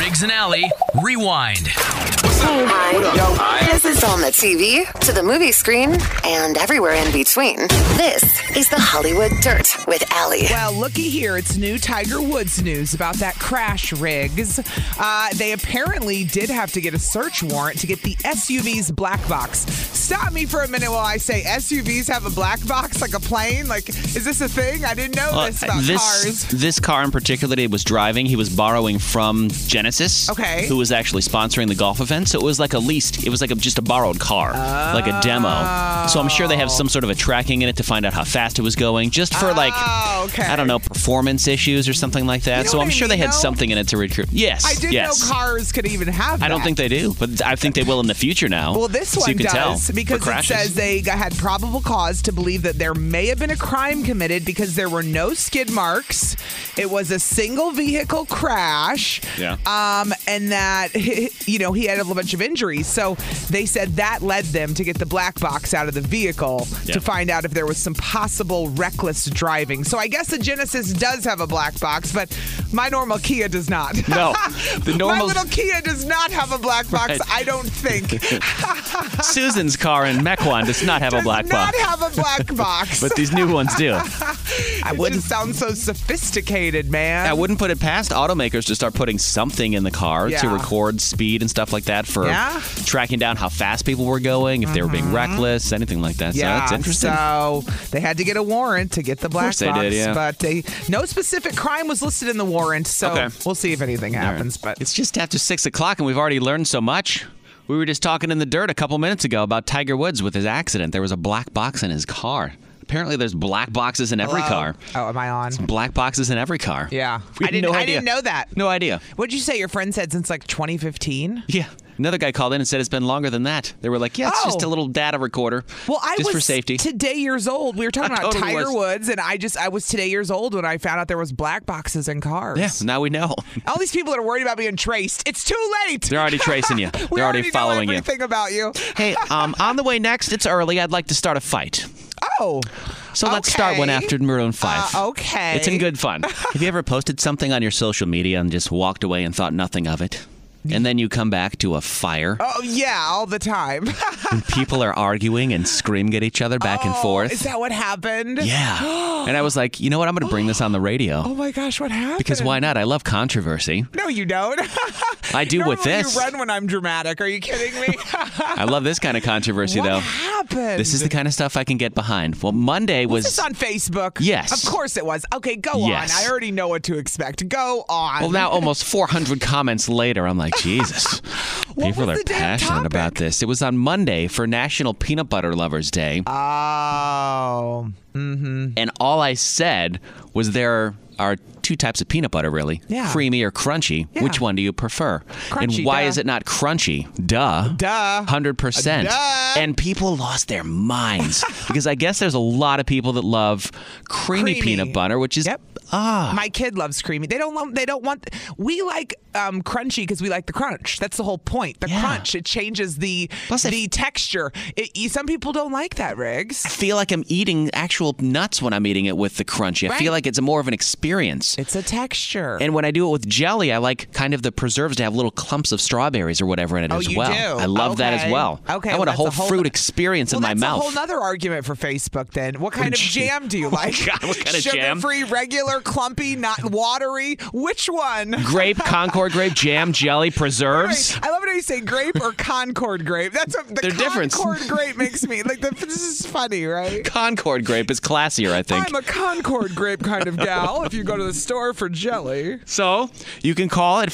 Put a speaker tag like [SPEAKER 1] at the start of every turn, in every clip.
[SPEAKER 1] Riggs and Alley, rewind.
[SPEAKER 2] Hi. This is on the TV, to the movie screen, and everywhere in between. This is the Hollywood Dirt with Allie.
[SPEAKER 3] Well, looky here. It's new Tiger Woods news about that crash, Riggs. Uh, they apparently did have to get a search warrant to get the SUV's black box. Stop me for a minute while I say SUVs have a black box, like a plane. Like, is this a thing? I didn't know
[SPEAKER 4] Well,
[SPEAKER 3] this about
[SPEAKER 4] Uh, this
[SPEAKER 3] cars.
[SPEAKER 4] this car in particular that he was driving, he was borrowing from Genesis,
[SPEAKER 3] Okay.
[SPEAKER 4] who was actually sponsoring the golf event. So it was like a leased, it was like a, just a borrowed car, like a demo. So I'm sure they have some sort of a tracking in it to find out how fast it was going, just for like
[SPEAKER 3] Oh, okay.
[SPEAKER 4] I don't know performance issues or something like that.
[SPEAKER 3] know
[SPEAKER 4] so
[SPEAKER 3] what
[SPEAKER 4] I'm
[SPEAKER 3] I
[SPEAKER 4] sure they
[SPEAKER 3] mean,
[SPEAKER 4] had
[SPEAKER 3] though?
[SPEAKER 4] something in it to recruit. Yes,
[SPEAKER 3] I didn't
[SPEAKER 4] yes.
[SPEAKER 3] know cars could even have
[SPEAKER 4] I don't
[SPEAKER 3] that.
[SPEAKER 4] think they do, but I think they will in the future now.
[SPEAKER 3] Well, this
[SPEAKER 4] so
[SPEAKER 3] one
[SPEAKER 4] you can tell
[SPEAKER 3] does
[SPEAKER 4] for
[SPEAKER 3] because it
[SPEAKER 4] crashes.
[SPEAKER 3] says they g- had probable cause to believe that there may have been a crime committed because there were no skid marks. It was a single vehicle crash.
[SPEAKER 4] Yeah.
[SPEAKER 3] Um, and that you know he had a bunch of injuries, so they said that led them to get the black box out of the vehicle
[SPEAKER 4] Yeah.
[SPEAKER 3] to find out if there was some possible reckless driving. So I guess the Genesis does have a black box, but my normal Kia does not.
[SPEAKER 4] No, the normal-
[SPEAKER 3] my little Kia does not have a black box.
[SPEAKER 4] Right.
[SPEAKER 3] I don't think.
[SPEAKER 4] Susan's car in Mequon does not have a
[SPEAKER 3] does
[SPEAKER 4] black
[SPEAKER 3] not
[SPEAKER 4] box,
[SPEAKER 3] have a black box.
[SPEAKER 4] but these new ones do.
[SPEAKER 3] I wouldn't sound so sophisticated, man.
[SPEAKER 4] I wouldn't put it past automakers to start putting something in the car to
[SPEAKER 3] Yeah.
[SPEAKER 4] record speed and stuff like that for
[SPEAKER 3] Yeah. Mm-hmm.
[SPEAKER 4] tracking down how fast people were going, if they were being reckless, anything like that.
[SPEAKER 3] Yeah,
[SPEAKER 4] so that's interesting.
[SPEAKER 3] so they had to get a warrant to get the black
[SPEAKER 4] course they
[SPEAKER 3] box,
[SPEAKER 4] did, yeah.
[SPEAKER 3] but they, no specific crime was listed in the warrant. So
[SPEAKER 4] Okay.
[SPEAKER 3] we'll see if anything
[SPEAKER 4] All right.
[SPEAKER 3] happens. But
[SPEAKER 4] it's just after six o'clock, and we've already learned so much. We were just talking in the dirt a couple minutes ago about Tiger Woods with his accident. There was a black box in his car. Apparently, there's black boxes in every car.
[SPEAKER 3] oh, am I on?
[SPEAKER 4] Black boxes in every car.
[SPEAKER 3] Yeah,
[SPEAKER 4] We
[SPEAKER 3] I
[SPEAKER 4] had
[SPEAKER 3] didn't.
[SPEAKER 4] no
[SPEAKER 3] I
[SPEAKER 4] idea.
[SPEAKER 3] didn't know that.
[SPEAKER 4] No idea.
[SPEAKER 3] What'd you say? Your friend said since like 2015.
[SPEAKER 4] Yeah. Another guy called in and said it's been longer than that. They were like, yeah, it's just
[SPEAKER 3] Oh.
[SPEAKER 4] a little data recorder.
[SPEAKER 3] Well, I
[SPEAKER 4] just
[SPEAKER 3] was
[SPEAKER 4] for safety.
[SPEAKER 3] today years old. We were talking
[SPEAKER 4] I
[SPEAKER 3] about
[SPEAKER 4] totally
[SPEAKER 3] Tiger
[SPEAKER 4] was.
[SPEAKER 3] Woods, and I just I was today years old when I found out there was black boxes in cars.
[SPEAKER 4] Yeah, now we know.
[SPEAKER 3] All these people that are worried about being traced, it's too late.
[SPEAKER 4] They're already tracing you.
[SPEAKER 3] we
[SPEAKER 4] They're already following
[SPEAKER 3] know
[SPEAKER 4] you.
[SPEAKER 3] everything about you.
[SPEAKER 4] Hey, um, on the way next, it's early. I'd like to start a fight.
[SPEAKER 3] Oh,
[SPEAKER 4] So let's start one
[SPEAKER 3] Okay.
[SPEAKER 4] after Maroon 5.
[SPEAKER 3] Uh, okay.
[SPEAKER 4] It's in good fun. Have you ever posted something on your social media and just walked away and thought nothing of it? And then you come back to a fire,
[SPEAKER 3] Oh yeah, all the time.
[SPEAKER 4] and people are arguing and screaming at each other back and forth.
[SPEAKER 3] Oh, Is that what happened?
[SPEAKER 4] yeah. And I was like, you know what? I'm going to bring this on the radio.
[SPEAKER 3] Oh my gosh, what happened?
[SPEAKER 4] because why not? I love controversy.
[SPEAKER 3] No, you don't.
[SPEAKER 4] I do with
[SPEAKER 3] Normally
[SPEAKER 4] this.
[SPEAKER 3] You run when I'm dramatic. Are you kidding me?
[SPEAKER 4] I love this kind of controversy,
[SPEAKER 3] what
[SPEAKER 4] though.
[SPEAKER 3] happened?
[SPEAKER 4] This is the kind of stuff I can get behind. Well, Monday was.
[SPEAKER 3] Was this on Facebook?
[SPEAKER 4] Yes.
[SPEAKER 3] Of course it was. Okay, go
[SPEAKER 4] Yes.
[SPEAKER 3] on. I already know what to expect. Go on.
[SPEAKER 4] Well, now almost 400 comments later, I'm like, Jesus.
[SPEAKER 3] What
[SPEAKER 4] People
[SPEAKER 3] was
[SPEAKER 4] are
[SPEAKER 3] the damn
[SPEAKER 4] passionate
[SPEAKER 3] topic?
[SPEAKER 4] about this. It was on Monday for National Peanut Butter Lovers Day,
[SPEAKER 3] Oh.
[SPEAKER 4] and all I said was there are two types of peanut butter, really
[SPEAKER 3] Yeah.
[SPEAKER 4] creamy or crunchy.
[SPEAKER 3] Yeah.
[SPEAKER 4] Which one do you prefer?
[SPEAKER 3] Crunchy,
[SPEAKER 4] and why
[SPEAKER 3] duh.
[SPEAKER 4] is it not crunchy? Duh.
[SPEAKER 3] Duh.
[SPEAKER 4] 100%.
[SPEAKER 3] Duh.
[SPEAKER 4] And people lost their minds because I guess there's a lot of people that love creamy,
[SPEAKER 3] Creamy.
[SPEAKER 4] peanut butter, which is
[SPEAKER 3] Yep.
[SPEAKER 4] Ah.
[SPEAKER 3] My kid loves creamy. They don't. Love, they don't want. We like um, crunchy because we like the crunch. That's the whole point. The
[SPEAKER 4] Yeah.
[SPEAKER 3] crunch. It changes the
[SPEAKER 4] Plus, I-
[SPEAKER 3] the texture. It, you- some people don't like that, Riggs.
[SPEAKER 4] feel like I'm eating actual nuts when I'm eating it with the crunchy. I
[SPEAKER 3] Right.
[SPEAKER 4] feel like it's more of an experience.
[SPEAKER 3] It's a texture.
[SPEAKER 4] And when I do it with jelly, I like kind of the preserves to have little clumps of strawberries or whatever in it
[SPEAKER 3] Oh,
[SPEAKER 4] as
[SPEAKER 3] you
[SPEAKER 4] well.
[SPEAKER 3] do?
[SPEAKER 4] I love that as
[SPEAKER 3] Okay.
[SPEAKER 4] well.
[SPEAKER 3] Okay,
[SPEAKER 4] I
[SPEAKER 3] well,
[SPEAKER 4] want a
[SPEAKER 3] that's
[SPEAKER 4] whole,
[SPEAKER 3] a whole
[SPEAKER 4] fruit
[SPEAKER 3] no-
[SPEAKER 4] experience
[SPEAKER 3] well,
[SPEAKER 4] in my
[SPEAKER 3] that's
[SPEAKER 4] mouth.
[SPEAKER 3] a whole nother argument for Facebook. Then, what kind of jam do you like?
[SPEAKER 4] God, what kind of jam?
[SPEAKER 3] Sugar-free, regular, clumpy, not watery. Which one?
[SPEAKER 4] Grape, Concord, Concord grape jam, jelly, preserves.
[SPEAKER 3] I love it how you say grape or Concord grape. That's a, the
[SPEAKER 4] They're different.
[SPEAKER 3] Concord grape makes me like the, this is funny, right?
[SPEAKER 4] Concord grape is classier, I think.
[SPEAKER 3] I'm a Concord grape kind of gal. if you go to the store for jelly,
[SPEAKER 4] So you can call at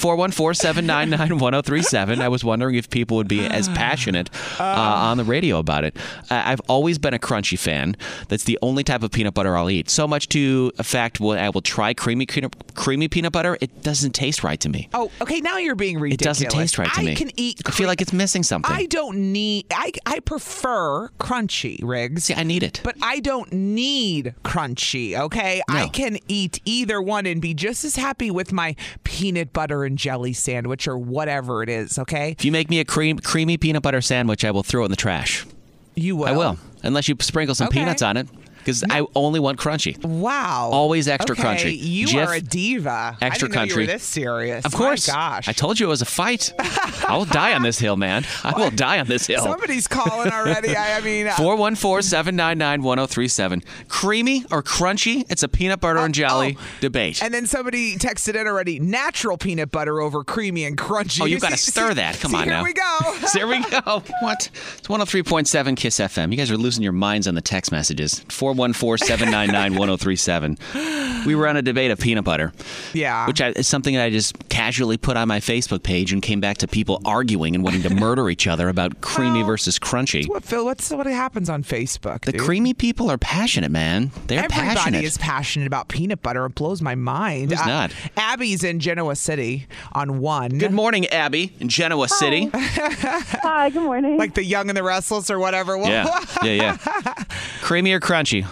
[SPEAKER 4] 414-799-1037. I was wondering if people would be as passionate uh,
[SPEAKER 3] Um,
[SPEAKER 4] on the radio about it. I- I've always been a crunchy fan. That's the only type of peanut butter I'll eat. So much to a fact, when I will try creamy cream- creamy peanut butter. It doesn't taste right to me.
[SPEAKER 3] oh, okay, now you're being
[SPEAKER 4] It
[SPEAKER 3] ridiculous.
[SPEAKER 4] doesn't taste right to
[SPEAKER 3] I
[SPEAKER 4] me.
[SPEAKER 3] can eat.
[SPEAKER 4] I feel like it's missing something.
[SPEAKER 3] I don't need. I I prefer crunchy rigs.
[SPEAKER 4] See, I need it.
[SPEAKER 3] But I don't need crunchy, okay? I
[SPEAKER 4] No.
[SPEAKER 3] can eat either one and be just as happy with my peanut butter and jelly sandwich or whatever it is, okay?
[SPEAKER 4] if you make me a cream creamy peanut butter sandwich, I will throw it in the trash.
[SPEAKER 3] You will.
[SPEAKER 4] I will, unless you sprinkle some
[SPEAKER 3] Okay.
[SPEAKER 4] peanuts on it, because I only want crunchy.
[SPEAKER 3] Wow.
[SPEAKER 4] Always extra
[SPEAKER 3] okay,
[SPEAKER 4] crunchy.
[SPEAKER 3] You
[SPEAKER 4] Jif,
[SPEAKER 3] are a diva.
[SPEAKER 4] extra
[SPEAKER 3] I didn't know you were
[SPEAKER 4] country.
[SPEAKER 3] this serious.
[SPEAKER 4] Of course.
[SPEAKER 3] My gosh.
[SPEAKER 4] I told you it was a fight. I will die on this hill, man. I will die on this hill.
[SPEAKER 3] Somebody's calling already. I, I mean, uh,
[SPEAKER 4] 414 799 1037. Creamy or crunchy? It's a peanut butter and jelly
[SPEAKER 3] oh.
[SPEAKER 4] debate.
[SPEAKER 3] and then somebody texted in already natural peanut butter over creamy and crunchy.
[SPEAKER 4] Oh, you got to
[SPEAKER 3] See-
[SPEAKER 4] stir that. Come
[SPEAKER 3] see,
[SPEAKER 4] on
[SPEAKER 3] here
[SPEAKER 4] now.
[SPEAKER 3] we go.
[SPEAKER 4] there we go. What? It's 103.7 Kiss FM. You guys are losing your minds on the text messages. 414 799 1037. We were on a debate of peanut butter.
[SPEAKER 3] Yeah.
[SPEAKER 4] Which I, is something that I just casually put on my Facebook page and came back to people arguing and wanting to murder each other about creamy versus crunchy.
[SPEAKER 3] What, Phil, what's what happens on Facebook?
[SPEAKER 4] The
[SPEAKER 3] dude?
[SPEAKER 4] creamy people are passionate, man. They're
[SPEAKER 3] Everybody
[SPEAKER 4] passionate.
[SPEAKER 3] is passionate about peanut butter. It blows my mind. Uh,
[SPEAKER 4] Who's not?
[SPEAKER 3] Abby's in Genoa City on one.
[SPEAKER 4] Good morning, Abby in
[SPEAKER 3] Oh.
[SPEAKER 4] Genoa City.
[SPEAKER 5] Hi, good morning.
[SPEAKER 3] like the Young and the Restless or whatever. Well,
[SPEAKER 4] Yeah, yeah, yeah. Creamy or crunchy?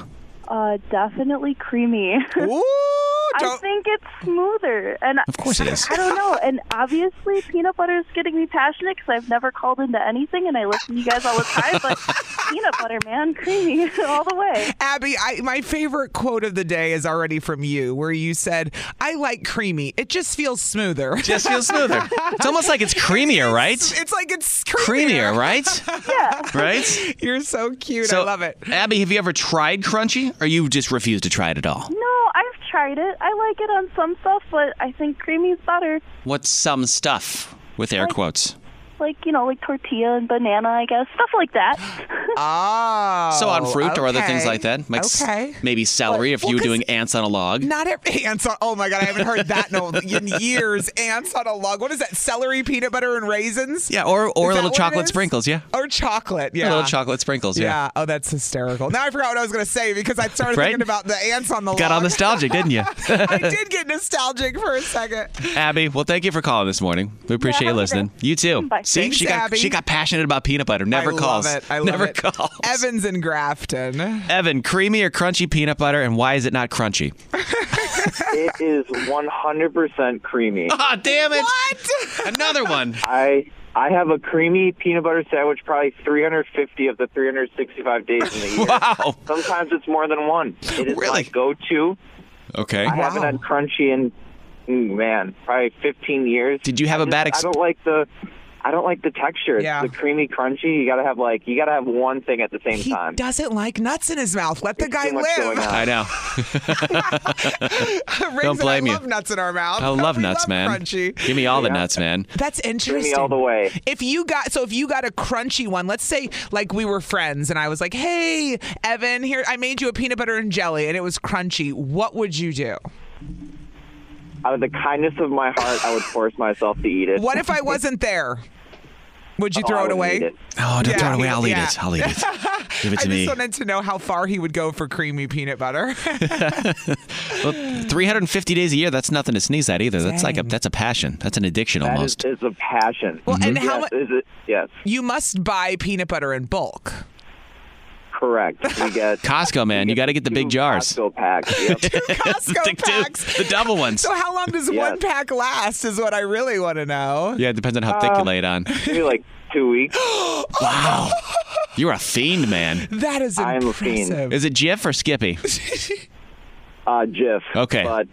[SPEAKER 5] uh, definitely creamy.
[SPEAKER 3] Ooh,
[SPEAKER 5] I
[SPEAKER 3] don't-
[SPEAKER 5] think it's smoother, and
[SPEAKER 4] Of course it is.
[SPEAKER 5] I don't know. And obviously, peanut butter is getting me passionate because I've never called into anything, and I listen to you guys all the time. But peanut butter, man, creamy all the way.
[SPEAKER 3] Abby, I, my favorite quote of the day is already from you, where you said, "I like creamy. It just feels smoother.
[SPEAKER 4] Just feels smoother. It's almost like it's creamier, right?
[SPEAKER 3] it's like it's creamier.
[SPEAKER 4] Creamier, right?
[SPEAKER 5] Yeah.
[SPEAKER 4] Right?
[SPEAKER 3] You're so cute. I love it.
[SPEAKER 4] Abby, have you ever tried crunchy or you just refuse to try it at all?
[SPEAKER 5] No, I've tried it. I like it on some stuff, but I think creamy's better.
[SPEAKER 4] What's some stuff with air quotes?
[SPEAKER 5] Like you know, like tortilla and banana, I guess, stuff like that.
[SPEAKER 3] Oh,
[SPEAKER 4] so on fruit or other things
[SPEAKER 3] okay.
[SPEAKER 4] like that? Like s-
[SPEAKER 3] okay.
[SPEAKER 4] Maybe celery if
[SPEAKER 3] Well,
[SPEAKER 4] you were
[SPEAKER 3] 'cause-
[SPEAKER 4] doing ants on a log.
[SPEAKER 3] Not every ants on. Oh my god, I haven't heard that in, a- in years. Ants on a log. What is that? Celery, peanut butter, and raisins.
[SPEAKER 4] Yeah, or, or
[SPEAKER 3] Is that
[SPEAKER 4] little
[SPEAKER 3] what it
[SPEAKER 4] chocolate
[SPEAKER 3] is?
[SPEAKER 4] sprinkles, yeah.
[SPEAKER 3] Or chocolate.
[SPEAKER 4] Or
[SPEAKER 3] Yeah.
[SPEAKER 4] Little chocolate sprinkles,
[SPEAKER 3] Yeah. Oh, that's hysterical. Now I forgot what I was going to say because I started
[SPEAKER 4] Right?
[SPEAKER 3] thinking about the ants on the
[SPEAKER 4] Got all
[SPEAKER 3] log.
[SPEAKER 4] nostalgic, didn't you?
[SPEAKER 3] I did get nostalgic for a second.
[SPEAKER 4] Abby, well, thank you for calling this morning. We appreciate
[SPEAKER 5] have
[SPEAKER 4] you
[SPEAKER 5] a good
[SPEAKER 4] listening. You too.
[SPEAKER 5] Bye.
[SPEAKER 4] See,
[SPEAKER 3] Thanks,
[SPEAKER 4] she got
[SPEAKER 3] Abby.
[SPEAKER 4] she got passionate about peanut butter. Never
[SPEAKER 3] I
[SPEAKER 4] calls.
[SPEAKER 3] Love it. I love
[SPEAKER 4] Never
[SPEAKER 3] it.
[SPEAKER 4] calls.
[SPEAKER 3] Evans and Grafton.
[SPEAKER 4] Evan, creamy or crunchy peanut butter, and why is it not crunchy?
[SPEAKER 6] It is 100% creamy.
[SPEAKER 4] Ah, damn it!
[SPEAKER 3] What?
[SPEAKER 4] Another one.
[SPEAKER 6] I I have a creamy peanut butter sandwich probably 350 of the 365 days in the year.
[SPEAKER 4] Wow.
[SPEAKER 6] Sometimes it's more than one. It is
[SPEAKER 4] Really?
[SPEAKER 6] my go-to.
[SPEAKER 4] Okay.
[SPEAKER 6] I haven't had crunchy in mm, man probably 15 years.
[SPEAKER 4] Did you have
[SPEAKER 6] I
[SPEAKER 4] a bad
[SPEAKER 6] just-
[SPEAKER 4] ex-
[SPEAKER 6] I don't like the. I don't like the texture. It's
[SPEAKER 3] Yeah.
[SPEAKER 6] The creamy crunchy. You gotta have like you gotta have one thing at the same
[SPEAKER 3] He
[SPEAKER 6] time.
[SPEAKER 3] doesn't like nuts in his mouth. Let the
[SPEAKER 6] There's
[SPEAKER 3] guy
[SPEAKER 6] too much going
[SPEAKER 3] live.
[SPEAKER 6] on.
[SPEAKER 4] I know.
[SPEAKER 3] Rings
[SPEAKER 4] Don't
[SPEAKER 3] and
[SPEAKER 4] blame
[SPEAKER 3] I
[SPEAKER 4] you.
[SPEAKER 3] love nuts in our mouth.
[SPEAKER 4] I love
[SPEAKER 3] We
[SPEAKER 4] nuts, man.
[SPEAKER 3] Crunchy.
[SPEAKER 4] Give me all the nuts, man.
[SPEAKER 3] That's
[SPEAKER 6] Creamy
[SPEAKER 3] interesting.
[SPEAKER 6] all the way.
[SPEAKER 3] If you got so if you got a crunchy one, let's say like we were friends and I was like, "Hey, Evan, here I made you a peanut butter and jelly and it was crunchy." What would you do?
[SPEAKER 6] Out of the kindness of my heart, I would force myself to eat it.
[SPEAKER 3] What if I wasn't there? Would you
[SPEAKER 6] Oh,
[SPEAKER 3] throw
[SPEAKER 6] I
[SPEAKER 3] it
[SPEAKER 6] would
[SPEAKER 3] away?
[SPEAKER 6] eat it.
[SPEAKER 4] Oh, don't throw
[SPEAKER 3] Yeah.
[SPEAKER 4] it away. I'll eat
[SPEAKER 3] Yeah.
[SPEAKER 4] it. I'll eat it. Give it
[SPEAKER 3] I
[SPEAKER 4] to
[SPEAKER 3] just
[SPEAKER 4] me.
[SPEAKER 3] wanted to know how far he would go for creamy peanut butter.
[SPEAKER 4] Well, 350 days a year. That's nothing to sneeze at either. That's like a
[SPEAKER 3] Dang.
[SPEAKER 4] that's a passion. That's an addiction
[SPEAKER 6] That is,
[SPEAKER 4] almost.
[SPEAKER 6] is a passion. Mm-hmm.
[SPEAKER 3] Well, and how
[SPEAKER 6] yes,
[SPEAKER 3] mu-
[SPEAKER 6] is it? Yes,
[SPEAKER 3] you must buy peanut butter in bulk.
[SPEAKER 6] correct. We get
[SPEAKER 4] Costco, man. You got to get the big
[SPEAKER 6] two
[SPEAKER 4] jars.
[SPEAKER 6] Costco packs. Yep.
[SPEAKER 3] Costco
[SPEAKER 4] The-
[SPEAKER 3] packs.
[SPEAKER 4] the double ones.
[SPEAKER 3] So how long does one pack last? Is what I really want to know.
[SPEAKER 4] Yeah, it depends on how thick
[SPEAKER 6] Uh,
[SPEAKER 3] Um,
[SPEAKER 4] you lay it on.
[SPEAKER 6] Maybe like two weeks.
[SPEAKER 4] Wow. You're a fiend, man.
[SPEAKER 3] That is
[SPEAKER 6] I am a fiend.
[SPEAKER 3] impressive.
[SPEAKER 4] Is it Jif or Skippy?
[SPEAKER 6] Uh, Jif.
[SPEAKER 4] Okay.
[SPEAKER 6] But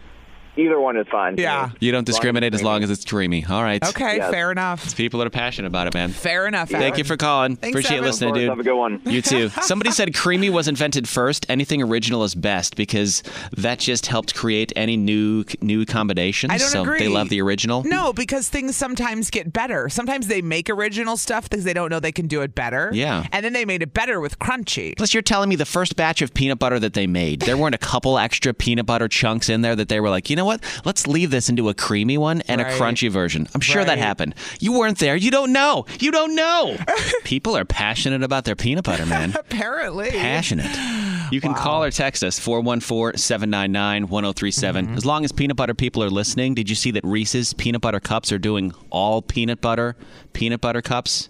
[SPEAKER 7] Either one is fine.
[SPEAKER 3] Yeah.
[SPEAKER 4] You don't discriminate as long as it's creamy. All right.
[SPEAKER 3] Okay,
[SPEAKER 7] Yes.
[SPEAKER 3] fair enough.
[SPEAKER 4] People are passionate about it, man.
[SPEAKER 3] Fair enough.
[SPEAKER 4] Thank
[SPEAKER 3] Aaron.
[SPEAKER 4] you for calling.
[SPEAKER 3] Thanks,
[SPEAKER 4] Appreciate
[SPEAKER 3] Evan.
[SPEAKER 4] listening,
[SPEAKER 7] Of course,
[SPEAKER 4] dude.
[SPEAKER 7] have a good one.
[SPEAKER 4] You too. Somebody said creamy was invented first. Anything original is best because that just helped create any new new combinations.
[SPEAKER 3] I don't
[SPEAKER 4] so
[SPEAKER 3] agree.
[SPEAKER 4] they love the original.
[SPEAKER 3] No, because things sometimes get better. Sometimes they make original stuff because they don't know they can do it better.
[SPEAKER 4] Yeah.
[SPEAKER 3] And then they made it better with crunchy.
[SPEAKER 4] Plus, you're telling me the first batch of peanut butter that they made, there weren't a couple extra peanut butter chunks in there that they were like, you know what? Let's leave this into a creamy one and
[SPEAKER 3] Right.
[SPEAKER 4] a crunchy version. I'm sure
[SPEAKER 3] Right.
[SPEAKER 4] that happened. You weren't there. You don't know. You don't know. People are passionate about their peanut butter, man.
[SPEAKER 3] Apparently.
[SPEAKER 4] passionate. You can call or text us 414 799 1037.
[SPEAKER 3] Mm-hmm.
[SPEAKER 4] As long as peanut butter people are listening, did you see that Reese's peanut butter cups are doing all peanut butter peanut butter cups?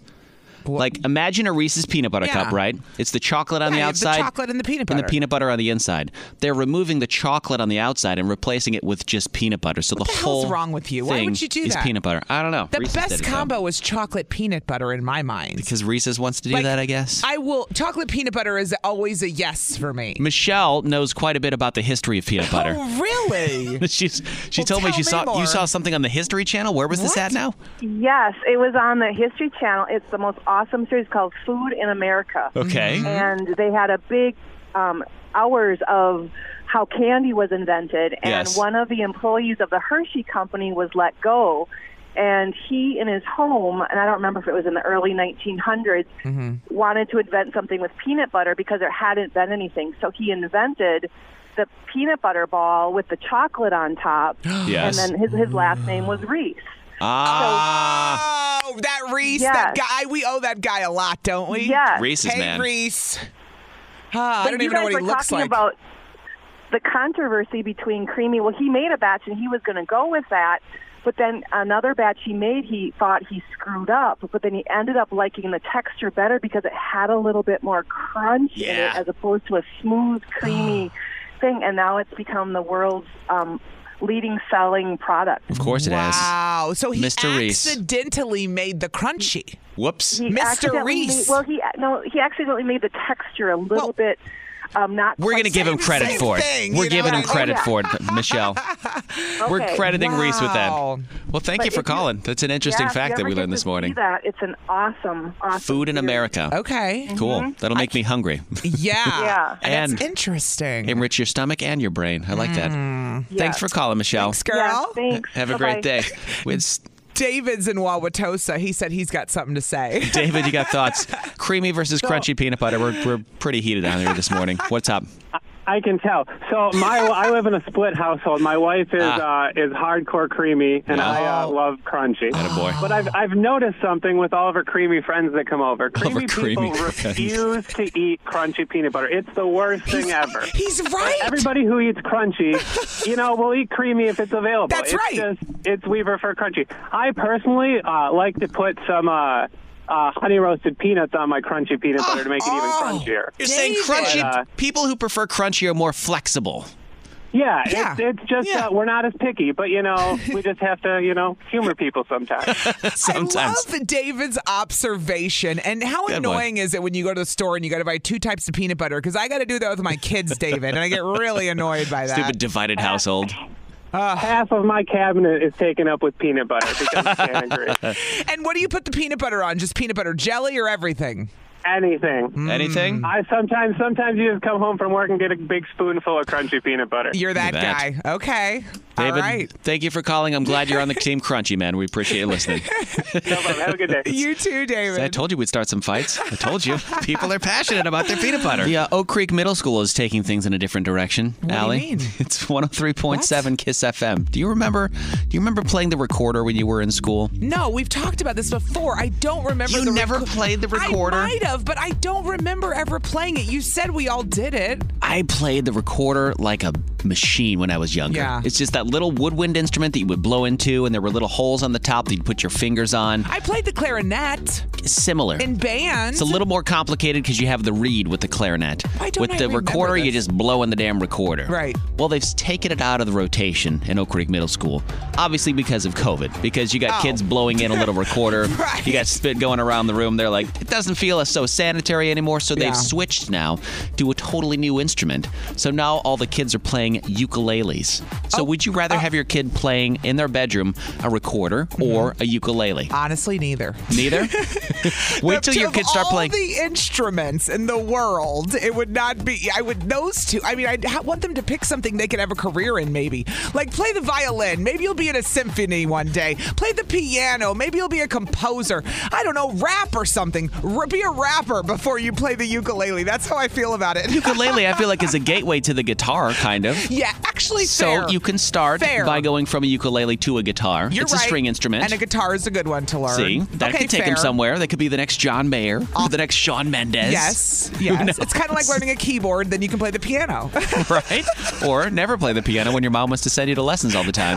[SPEAKER 4] Like imagine a Reese's peanut butter
[SPEAKER 3] Yeah.
[SPEAKER 4] cup, right? It's the chocolate on
[SPEAKER 3] Yeah, you
[SPEAKER 4] the
[SPEAKER 3] have the
[SPEAKER 4] outside,
[SPEAKER 3] chocolate and the peanut
[SPEAKER 4] and
[SPEAKER 3] butter.
[SPEAKER 4] the peanut butter on the inside. They're removing the chocolate on the outside and replacing it with just peanut butter. So the,
[SPEAKER 3] the hell's
[SPEAKER 4] whole
[SPEAKER 3] wrong with you? Why
[SPEAKER 4] thing
[SPEAKER 3] would you do
[SPEAKER 4] is
[SPEAKER 3] that?
[SPEAKER 4] peanut butter. I don't know.
[SPEAKER 3] The best combo is chocolate peanut butter in my mind.
[SPEAKER 4] because Reese's wants to do
[SPEAKER 3] Like,
[SPEAKER 4] that, I guess.
[SPEAKER 3] I will. Chocolate peanut butter is always a yes for me.
[SPEAKER 4] Michelle knows quite a bit about the history of peanut butter.
[SPEAKER 3] Oh, really?
[SPEAKER 4] She's, she
[SPEAKER 3] Well,
[SPEAKER 4] told me
[SPEAKER 3] tell
[SPEAKER 4] she
[SPEAKER 3] me
[SPEAKER 4] saw
[SPEAKER 3] more.
[SPEAKER 4] you saw something on the History Channel. Where was this
[SPEAKER 3] What?
[SPEAKER 4] at now?
[SPEAKER 8] Yes, it was on the History Channel. It's the most awesome series called Food in America.
[SPEAKER 4] Okay.
[SPEAKER 8] and they had a big um, hours of how candy was invented and
[SPEAKER 4] Yes.
[SPEAKER 8] one of the employees of the hershey company was let go and he in his home and i don't remember if it was in the early 1900s
[SPEAKER 4] Mm-hmm.
[SPEAKER 8] wanted to invent something with peanut butter because there hadn't been anything so he invented the peanut butter ball with the chocolate on top
[SPEAKER 4] Yes.
[SPEAKER 8] and then his, his last name was reese
[SPEAKER 4] Ah.
[SPEAKER 3] Oh, that Reese, that
[SPEAKER 8] Yes.
[SPEAKER 3] guy. We owe that guy a lot, don't we?
[SPEAKER 8] yes
[SPEAKER 4] Reese's
[SPEAKER 3] Hey,
[SPEAKER 4] man.
[SPEAKER 3] Reese. Ah, I
[SPEAKER 8] But
[SPEAKER 3] don't
[SPEAKER 8] you
[SPEAKER 3] even know
[SPEAKER 8] guys
[SPEAKER 3] what he
[SPEAKER 8] were
[SPEAKER 3] looks
[SPEAKER 8] talking
[SPEAKER 3] like.
[SPEAKER 8] about the controversy between creamy. Well, he made a batch and he was going to go with that, but then another batch he made, he thought he screwed up, but then he ended up liking the texture better because it had a little bit more crunch in
[SPEAKER 4] Yeah.
[SPEAKER 8] it as opposed to a smooth, creamy thing. And now it's become the world's um, leading selling product.
[SPEAKER 4] Of course it has.
[SPEAKER 3] Wow. So he
[SPEAKER 4] Mr. Reese.
[SPEAKER 3] accidentally made the crunchy.
[SPEAKER 4] Whoops.
[SPEAKER 8] He
[SPEAKER 3] Mr.
[SPEAKER 8] accidentally
[SPEAKER 3] Reese.
[SPEAKER 8] made- well, he no, he accidentally made the texture a little
[SPEAKER 3] Well,
[SPEAKER 8] bit. Um, not quite-
[SPEAKER 4] We're
[SPEAKER 8] Oh,
[SPEAKER 4] going to give him
[SPEAKER 3] Same-
[SPEAKER 4] credit
[SPEAKER 3] same
[SPEAKER 4] for it.
[SPEAKER 3] thing,
[SPEAKER 4] We're
[SPEAKER 3] you know
[SPEAKER 4] giving
[SPEAKER 3] what
[SPEAKER 4] him
[SPEAKER 3] I mean?
[SPEAKER 4] credit
[SPEAKER 8] Yeah.
[SPEAKER 4] for it, Michelle. We're
[SPEAKER 8] Okay.
[SPEAKER 4] crediting Reese with that.
[SPEAKER 3] Wow.
[SPEAKER 4] Well, thank you
[SPEAKER 8] But
[SPEAKER 4] for
[SPEAKER 8] if you-
[SPEAKER 4] calling. That's an interesting
[SPEAKER 8] Yeah, if you
[SPEAKER 4] fact that
[SPEAKER 8] ever
[SPEAKER 4] we
[SPEAKER 8] get
[SPEAKER 4] learned
[SPEAKER 8] to
[SPEAKER 4] this
[SPEAKER 8] see
[SPEAKER 4] morning.
[SPEAKER 8] That it's an awesome, awesome
[SPEAKER 4] Food in
[SPEAKER 8] series.
[SPEAKER 4] America.
[SPEAKER 3] Okay.
[SPEAKER 8] Mm-hmm.
[SPEAKER 4] Cool. That'll make me hungry.
[SPEAKER 3] Yeah.
[SPEAKER 8] Yeah.
[SPEAKER 3] And, that's
[SPEAKER 4] And-
[SPEAKER 3] interesting. Mm.
[SPEAKER 4] Enrich your stomach and your brain. I like that. Thanks
[SPEAKER 8] Yes.
[SPEAKER 4] for calling, Michelle.
[SPEAKER 3] Thanks,
[SPEAKER 8] Yeah,
[SPEAKER 3] girl.
[SPEAKER 8] thanks.
[SPEAKER 4] Have a
[SPEAKER 8] Bye-bye.
[SPEAKER 4] great day. With
[SPEAKER 3] David's in Wauwatosa. He said he's got something to say.
[SPEAKER 4] David, you got thoughts? Creamy versus crunchy peanut butter. We're, we're pretty heated on here this morning. What's up?
[SPEAKER 9] I can tell. So my I live in a split household. My wife is
[SPEAKER 4] Ah.
[SPEAKER 9] uh, is hardcore creamy, and I uh,
[SPEAKER 3] Oh.
[SPEAKER 9] love crunchy.
[SPEAKER 4] boy.
[SPEAKER 9] But I've I've noticed something with all of her creamy friends that come over.
[SPEAKER 4] her
[SPEAKER 9] Creamy,
[SPEAKER 4] creamy
[SPEAKER 9] people
[SPEAKER 4] friends.
[SPEAKER 9] refuse to eat crunchy peanut butter. It's the worst thing ever.
[SPEAKER 3] he's right.
[SPEAKER 9] Everybody who eats crunchy, you know, will eat creamy if it's available.
[SPEAKER 3] That's
[SPEAKER 9] it's
[SPEAKER 3] right.
[SPEAKER 9] Just, it's we prefer crunchy. I personally uh, like to put some. Uh, uh, honey roasted peanuts on my crunchy peanut butter to make it
[SPEAKER 3] Oh.
[SPEAKER 9] even crunchier.
[SPEAKER 4] You're saying
[SPEAKER 3] David.
[SPEAKER 4] crunchy.
[SPEAKER 9] But, uh,
[SPEAKER 4] people who prefer crunchy are more flexible.
[SPEAKER 9] Yeah,
[SPEAKER 3] Yeah.
[SPEAKER 9] It's, it's just
[SPEAKER 3] Yeah.
[SPEAKER 9] uh, we're not as picky, but you know, we just have to, you know, humor people sometimes.
[SPEAKER 4] Sometimes.
[SPEAKER 3] I love David's observation. And how
[SPEAKER 4] Good one.
[SPEAKER 3] annoying is it when you go to the store and you got to buy two types of peanut butter? Because I got to do that with my kids, David, and I get really annoyed by that.
[SPEAKER 4] Stupid divided household.
[SPEAKER 3] Ah.
[SPEAKER 9] Half of my cabinet is taken up with peanut butter because I can't agree.
[SPEAKER 4] Uh,
[SPEAKER 3] And what do you put the peanut butter on? Just peanut butter jelly or everything? Mm.
[SPEAKER 9] Anything.
[SPEAKER 4] Anything?
[SPEAKER 9] I sometimes sometimes you just come home from work and get a big spoonful of crunchy peanut butter.
[SPEAKER 3] You're that,
[SPEAKER 4] Look at
[SPEAKER 3] guy. Okay.
[SPEAKER 4] David,
[SPEAKER 3] All right.
[SPEAKER 4] thank you for calling. I'm glad you're on the team Crunchy, man. We appreciate you listening.
[SPEAKER 9] No problem. Have a good day.
[SPEAKER 3] You too, David.
[SPEAKER 4] I told you we'd start some fights. I told you. People are passionate about their peanut butter. Yeah, Oak Creek Middle School is taking things in a different direction,
[SPEAKER 3] do you
[SPEAKER 4] Allie.
[SPEAKER 3] mean?
[SPEAKER 4] It's 103.7 Kiss FM. Do you remember do you remember playing the recorder when you were in school?
[SPEAKER 3] No, we've talked about this before. I don't remember.
[SPEAKER 4] You
[SPEAKER 3] the
[SPEAKER 4] never
[SPEAKER 3] reco-
[SPEAKER 4] played the recorder?
[SPEAKER 3] I might have, but I don't remember ever playing it. You said we all did it.
[SPEAKER 4] I played the recorder like a machine when I was younger.
[SPEAKER 3] Yeah.
[SPEAKER 4] It's just that little woodwind instrument that you would blow into, and there were little holes on the top that you'd put your fingers on.
[SPEAKER 3] I played the clarinet.
[SPEAKER 4] similar.
[SPEAKER 3] In band,
[SPEAKER 4] It's a little more complicated because you have the reed with the clarinet.
[SPEAKER 3] don't
[SPEAKER 4] with
[SPEAKER 3] I
[SPEAKER 4] the
[SPEAKER 3] remember
[SPEAKER 4] recorder, you
[SPEAKER 3] this?
[SPEAKER 4] just blow in the damn recorder.
[SPEAKER 3] Right.
[SPEAKER 4] Well, they've taken it out of the rotation in Oak Creek Middle School, obviously because of COVID, because you got
[SPEAKER 3] Oh.
[SPEAKER 4] kids blowing in a little recorder.
[SPEAKER 3] Right.
[SPEAKER 4] You got spit going around the room. They're like, it doesn't feel as so sanitary anymore. So they've
[SPEAKER 3] Yeah.
[SPEAKER 4] switched now to a totally new instrument. So now all the kids are playing ukuleles.
[SPEAKER 3] Oh,
[SPEAKER 4] So would you rather have your kid playing in their bedroom a recorder or a ukulele?
[SPEAKER 3] Mm-hmm. honestly, neither.
[SPEAKER 4] Neither? Wait till
[SPEAKER 3] To
[SPEAKER 4] your
[SPEAKER 3] have
[SPEAKER 4] kids start
[SPEAKER 3] all
[SPEAKER 4] playing.
[SPEAKER 3] the instruments in the world. It would not be. I would those two. I mean, I would want them to pick something they could have a career in. Maybe like play the violin. Maybe you'll be in a symphony one day. Play the piano. Maybe you'll be a composer. I don't know, rap or something. R- be a rapper before you play the ukulele. That's how I feel about it.
[SPEAKER 4] ukulele, I feel like, is a gateway to the guitar, kind of.
[SPEAKER 3] yeah, actually,
[SPEAKER 4] So
[SPEAKER 3] fair.
[SPEAKER 4] you can start
[SPEAKER 3] Fair.
[SPEAKER 4] by going from a ukulele to a guitar.
[SPEAKER 3] You're
[SPEAKER 4] it's a
[SPEAKER 3] right.
[SPEAKER 4] string instrument.
[SPEAKER 3] and a guitar is a good one to learn.
[SPEAKER 4] See, that
[SPEAKER 3] okay,
[SPEAKER 4] could take
[SPEAKER 3] fair.
[SPEAKER 4] them somewhere. They could be the next John Mayer, or the next Sean Mendez.
[SPEAKER 3] Yes,
[SPEAKER 4] Who
[SPEAKER 3] yes. It's kind of like
[SPEAKER 4] knows?
[SPEAKER 3] learning a keyboard. Then you can play the piano.
[SPEAKER 4] right? Or never play the piano when your mom wants to send you to lessons all the time.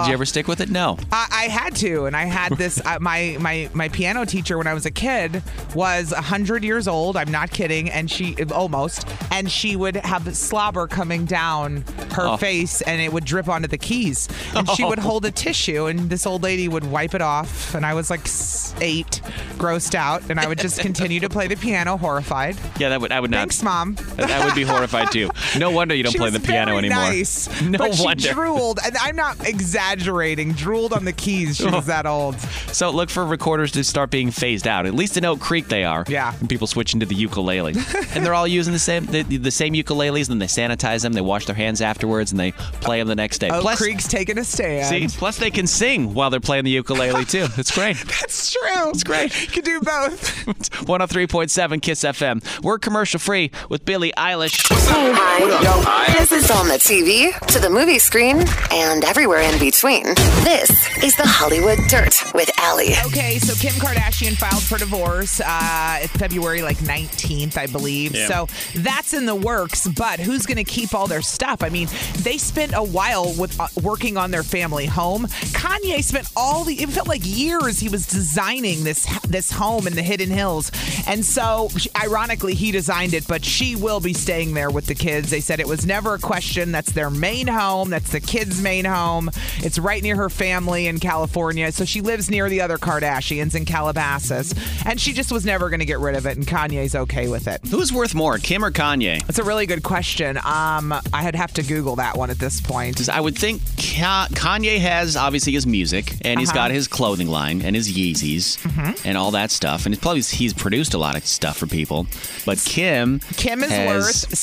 [SPEAKER 4] Did you ever stick with it? No.
[SPEAKER 3] I, I had to, and I had this. Uh, my my my piano teacher when I was a kid was hundred years old. I'm not kidding, and she almost, and she would have slobber coming down her
[SPEAKER 4] Oh.
[SPEAKER 3] face, and it would drip onto the keys. And she would hold a tissue, and this old lady would wipe it off. And I was like s- eight, grossed out, and I would just continue to play the piano, horrified.
[SPEAKER 4] Yeah, that would I would not.
[SPEAKER 3] Thanks, mom.
[SPEAKER 4] I would be horrified too. No wonder you don't
[SPEAKER 3] She
[SPEAKER 4] play
[SPEAKER 3] was
[SPEAKER 4] the piano
[SPEAKER 3] very
[SPEAKER 4] anymore.
[SPEAKER 3] Nice,
[SPEAKER 4] No
[SPEAKER 3] but
[SPEAKER 4] wonder.
[SPEAKER 3] She drooled, and I'm not exaggerating. Drooled on the keys. She was that old.
[SPEAKER 4] So look for recorders to start being phased out. At least in Oak Creek they are.
[SPEAKER 3] Yeah.
[SPEAKER 4] And people switching to the ukulele, and they're all using the same the, the same ukuleles. Then they sanitize them, they wash their hands afterwards, and they play them the next day.
[SPEAKER 3] Oak
[SPEAKER 4] plus,
[SPEAKER 3] Creek's Oh, taking a stand.
[SPEAKER 4] see, plus they can sing while they're playing the ukulele too. It's great.
[SPEAKER 3] That's true. It's
[SPEAKER 4] great.
[SPEAKER 3] You can do both.
[SPEAKER 4] 103.7 Kiss FM. We're commercial free with Billie Eilish.
[SPEAKER 2] Hi. This is on the TV, to the movie screen, and everywhere in between. This is the Hollywood Dirt with Allie.
[SPEAKER 3] okay, so Kim Kardashian filed for divorce uh, February like 19th, I believe. So that's in the works, but who's going to keep all their stuff? I mean, they spent a while with uh, working on their family home. Kanye spent all the it felt like years he was designing this this home in the Hidden Hills. And so ironically he designed it, but she will be staying there with the kids. They said it was never a question. That's their main home. That's the kids' main home. It's right near her family in California. So she lives near the other Kardashians in Calabasas. And she just was never going to get rid of it. And Kanye's okay with it.
[SPEAKER 4] Who's worth more, Kim or Kanye?
[SPEAKER 3] It's a really good question. Um, I'd have to Google that one at this point.
[SPEAKER 4] I would think Ka- Kanye has obviously his music, and he's
[SPEAKER 3] Uh-huh. Mm-hmm.
[SPEAKER 4] got his clothing line and his Yeezys and all that stuff, and it's probably he's produced a lot of stuff for people. But Kim,
[SPEAKER 3] Kim is
[SPEAKER 4] has-
[SPEAKER 3] worth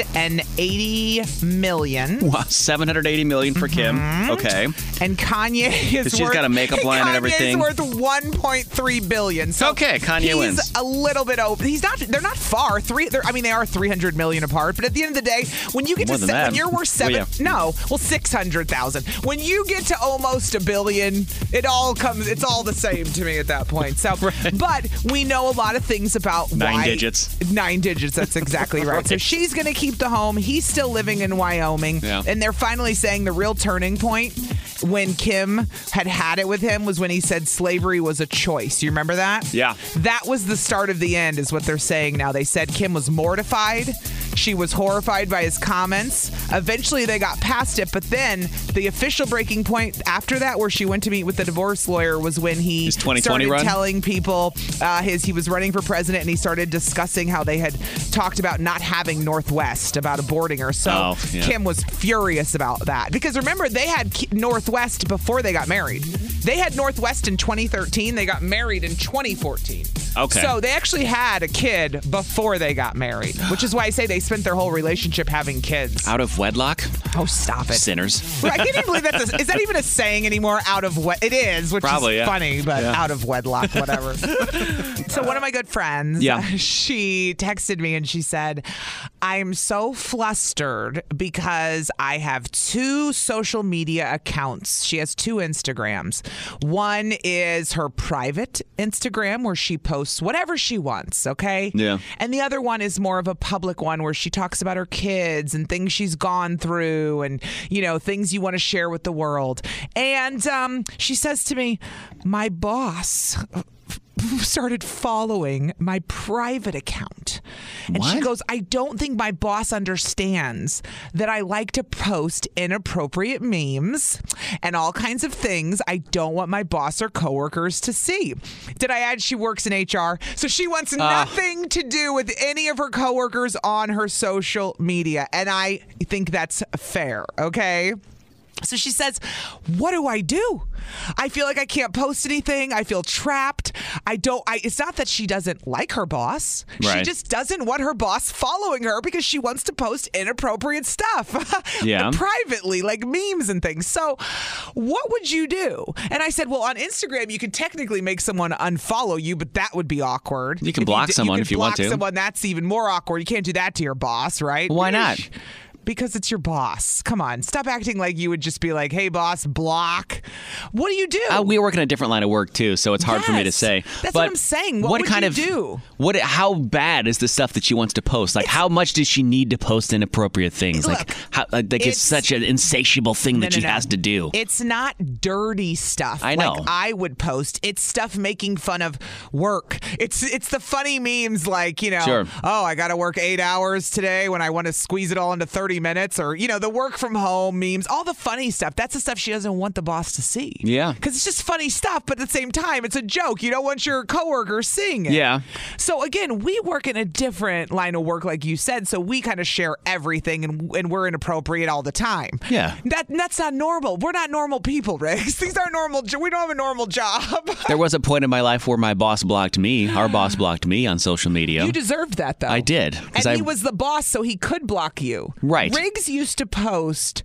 [SPEAKER 3] 780 million.
[SPEAKER 4] Wow, 780 million for
[SPEAKER 3] Mm-hmm.
[SPEAKER 4] Kim. Okay.
[SPEAKER 3] And Kanye is
[SPEAKER 4] She's
[SPEAKER 3] worth,
[SPEAKER 4] got a makeup line and
[SPEAKER 3] Kanye's
[SPEAKER 4] everything.
[SPEAKER 3] worth 1.3 billion. So
[SPEAKER 4] Okay, Kanye
[SPEAKER 3] he's
[SPEAKER 4] wins.
[SPEAKER 3] a little bit over. He's not. They're not far. Three. They're, I mean, they are 300 million apart. But at the end of the day, when you get
[SPEAKER 4] More
[SPEAKER 3] to
[SPEAKER 4] than
[SPEAKER 3] se-
[SPEAKER 4] that.
[SPEAKER 3] when you're worth
[SPEAKER 4] Well,
[SPEAKER 3] seven,
[SPEAKER 4] yeah.
[SPEAKER 3] no, well 600,000. When you get to almost a billion, it all comes. It's all the same to me at that point. So, but we know a lot of things about
[SPEAKER 4] Nine
[SPEAKER 3] why-
[SPEAKER 4] digits.
[SPEAKER 3] Nine digits. That's exactly right. So she's going to keep the home. He's still living in Wyoming.
[SPEAKER 4] Yeah.
[SPEAKER 3] And they're finally saying the real turning point when Kim had had it with him was when he said slavery was a choice. You remember that?
[SPEAKER 4] Yeah.
[SPEAKER 3] That was the start of the end, is what they're saying now. They said Kim was mortified. She was horrified by his comments. Eventually, they got past it, but then the official breaking point after that, where she went to meet with the divorce lawyer, was when he
[SPEAKER 4] His 2020
[SPEAKER 3] started
[SPEAKER 4] run?
[SPEAKER 3] telling telling people uh, his he was running for president and he started discussing how they had talked about not having Northwest about aborting her. So
[SPEAKER 4] Oh, yeah.
[SPEAKER 3] Kim was furious about that because remember they had K- Northwest before they got married. They had Northwest in 2013. They got married in 2014.
[SPEAKER 4] Okay.
[SPEAKER 3] So they actually had a kid before they got married, which is why I say they spent their whole relationship having kids.
[SPEAKER 4] Out of wedlock,
[SPEAKER 3] Oh, stop it.
[SPEAKER 4] sinners.
[SPEAKER 3] I can't even believe that's a, is that even a saying anymore? Out of what it is, which
[SPEAKER 4] Probably,
[SPEAKER 3] is
[SPEAKER 4] yeah.
[SPEAKER 3] funny, but out of wedlock, whatever. so one of my good friends,
[SPEAKER 4] Yeah.
[SPEAKER 3] she texted me and she said, "I'm so flustered because I have two social media accounts. She has two Instagrams. One is her private Instagram where she posts whatever she wants, okay?
[SPEAKER 4] Yeah.
[SPEAKER 3] And the other one is more of a public one where she talks about her kids and things she's gone through and, you know, things you want to share with the world. And um, she says to me, My boss started following my private account. And she
[SPEAKER 10] What?
[SPEAKER 3] goes, I don't think my boss understands that I like to post inappropriate memes and all kinds of things I don't want my boss or coworkers to see. Did I add she works in HR? So she wants
[SPEAKER 11] Ah.
[SPEAKER 3] nothing to do with any of her coworkers on her social media. And I think that's fair, okay? So she says, "What do I do? I feel like I can't post anything. I feel trapped. I don't I it's not that she doesn't like her boss. She
[SPEAKER 4] Right.
[SPEAKER 3] just doesn't want her boss following her because she wants to post inappropriate stuff.
[SPEAKER 4] Yeah.
[SPEAKER 3] privately, like memes and things. So, what would you do? And I said, "Well, on Instagram you could technically make someone unfollow you, but that would be awkward.
[SPEAKER 4] You can
[SPEAKER 3] If
[SPEAKER 4] block
[SPEAKER 3] d-
[SPEAKER 4] someone
[SPEAKER 3] can
[SPEAKER 4] if you want
[SPEAKER 3] block
[SPEAKER 4] to.
[SPEAKER 3] someone, that's even more awkward. You can't do that to your boss, right? Why
[SPEAKER 4] not?
[SPEAKER 3] Because it's your boss. Come on, stop acting like you would just be like, "Hey, boss, block." What do you do?
[SPEAKER 4] Uh, we work in a different line of work too, so it's hard for me to say.
[SPEAKER 3] That's
[SPEAKER 4] but
[SPEAKER 3] what I'm saying. What, would
[SPEAKER 4] kind
[SPEAKER 3] you
[SPEAKER 4] of
[SPEAKER 3] do?
[SPEAKER 4] What? How bad is the stuff that she wants to post? Like, how much does she need to post inappropriate things? like, how, uh, like it's,
[SPEAKER 3] it's-
[SPEAKER 4] such an insatiable thing that
[SPEAKER 3] No, no,
[SPEAKER 4] she
[SPEAKER 3] no.
[SPEAKER 4] has to do.
[SPEAKER 3] It's not dirty stuff.
[SPEAKER 4] I
[SPEAKER 3] Like
[SPEAKER 4] know.
[SPEAKER 3] I would post. It's stuff making fun of work. It's it's the funny memes like you know,
[SPEAKER 4] Sure.
[SPEAKER 3] oh, I got to work eight hours today when I want to squeeze it all into thirty minutes, or you know, the work from home memes. All the funny stuff. That's the stuff she doesn't want the boss to see.
[SPEAKER 4] yeah.
[SPEAKER 3] Because it's just funny stuff, but at the same time, it's a joke. You don't want your coworkers seeing it.
[SPEAKER 4] Yeah.
[SPEAKER 3] So again, we work in a different line of work, like you said. So we kind of share everything, and, and we're inappropriate all the time.
[SPEAKER 4] Yeah.
[SPEAKER 3] That that's not normal. We're not normal people, Riggs. These aren't normal. jo- We don't have a normal job.
[SPEAKER 4] There was a point in my life where my boss blocked me. Our boss blocked me on social media.
[SPEAKER 3] You deserved that, though.
[SPEAKER 4] I did. 'cause
[SPEAKER 3] And
[SPEAKER 4] I,
[SPEAKER 3] he was the boss, so he could block you.
[SPEAKER 4] Right.
[SPEAKER 3] Riggs used to post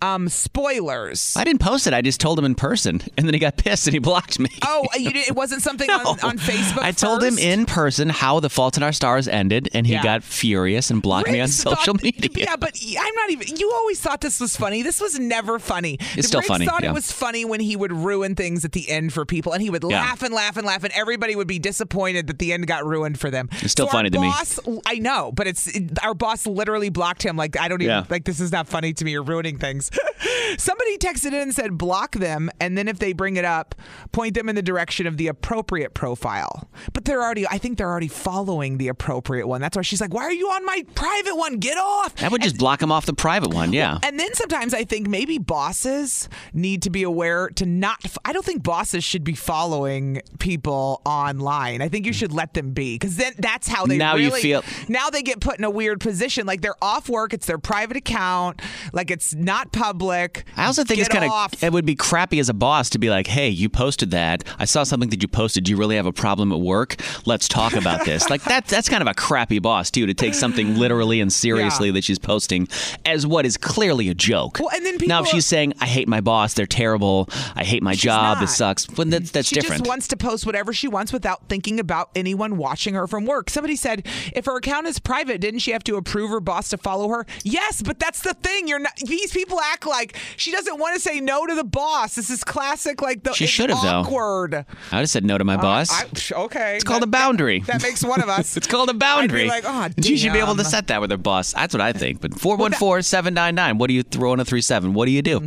[SPEAKER 3] um, spoilers.
[SPEAKER 4] I didn't post it. I just told him in person, and then he got pissed and he blocked me.
[SPEAKER 3] Oh, you did, it wasn't something on, on Facebook.
[SPEAKER 4] I told him in person how The Fault in Our Stars ended, and he
[SPEAKER 3] Yeah.
[SPEAKER 4] got furious and blocked me on
[SPEAKER 3] Riggs thought-
[SPEAKER 4] social media.
[SPEAKER 3] Yeah, but I'm not even. You always thought this was funny. This was never funny.
[SPEAKER 4] It's still
[SPEAKER 3] Riggs
[SPEAKER 4] funny,
[SPEAKER 3] Thought
[SPEAKER 4] yeah.
[SPEAKER 3] it was funny when he would ruin things at the end for people, and he would
[SPEAKER 4] Yeah.
[SPEAKER 3] laugh and laugh and laugh, and everybody would be disappointed that the end got ruined for them.
[SPEAKER 4] It's still
[SPEAKER 3] So
[SPEAKER 4] funny
[SPEAKER 3] our
[SPEAKER 4] to me.
[SPEAKER 3] boss, me. I know, but it's our boss literally blocked him. Like I don't even
[SPEAKER 4] Yeah.
[SPEAKER 3] like this is not funny to me. You're ruining things. Somebody texted in and said block them, and then if they bring it up, point them in the direction of the appropriate profile. But they're already, I think they're already following the appropriate one. That's why she's like, why are you on my private one? Get off.
[SPEAKER 4] I would just block him off the private one. Yeah.
[SPEAKER 3] And then sometimes I think maybe bosses need to be aware to not. F- I don't think bosses should be following people online. I think you should let them be because then that's how they
[SPEAKER 4] Mm. Now you
[SPEAKER 3] really-
[SPEAKER 4] feel-
[SPEAKER 3] now they get put in a weird position. Like they're off work, it's their private account, like it's not public.
[SPEAKER 4] I also think it's
[SPEAKER 3] Get
[SPEAKER 4] kind
[SPEAKER 3] off.
[SPEAKER 4] of it would be crappy as a boss to be like, "Hey, you posted that. I saw something that you posted. Do you really have a problem at work? Let's talk about this." like that that's kind of a crappy boss too to take something literally and seriously that she's posting as what is clearly a joke. Well,
[SPEAKER 3] and then
[SPEAKER 4] now
[SPEAKER 3] people
[SPEAKER 4] if she's
[SPEAKER 3] are-
[SPEAKER 4] saying, "I hate my boss. They're terrible. I hate my job. This sucks." Well, that's that's
[SPEAKER 3] she
[SPEAKER 4] different.
[SPEAKER 3] just wants to post whatever she wants without thinking about anyone watching her from work. Somebody said if her account is private, didn't she have to approve her boss to follow her? Yes, but that's the thing. You're not. These people act like she doesn't want to say no to the boss. This is classic. Like the
[SPEAKER 4] She
[SPEAKER 3] it's
[SPEAKER 4] should have, though.
[SPEAKER 3] awkward. Uh, though.
[SPEAKER 4] I would have said no to my boss.
[SPEAKER 3] okay,
[SPEAKER 4] it's called a boundary.
[SPEAKER 3] that makes one of us.
[SPEAKER 4] it's called a boundary.
[SPEAKER 3] I'd be like, "Aw,
[SPEAKER 4] you should be "Oh, able to
[SPEAKER 3] damn."
[SPEAKER 4] set that with her boss. That's what I think. But 414 799, what do you throw in a 37? What do you do?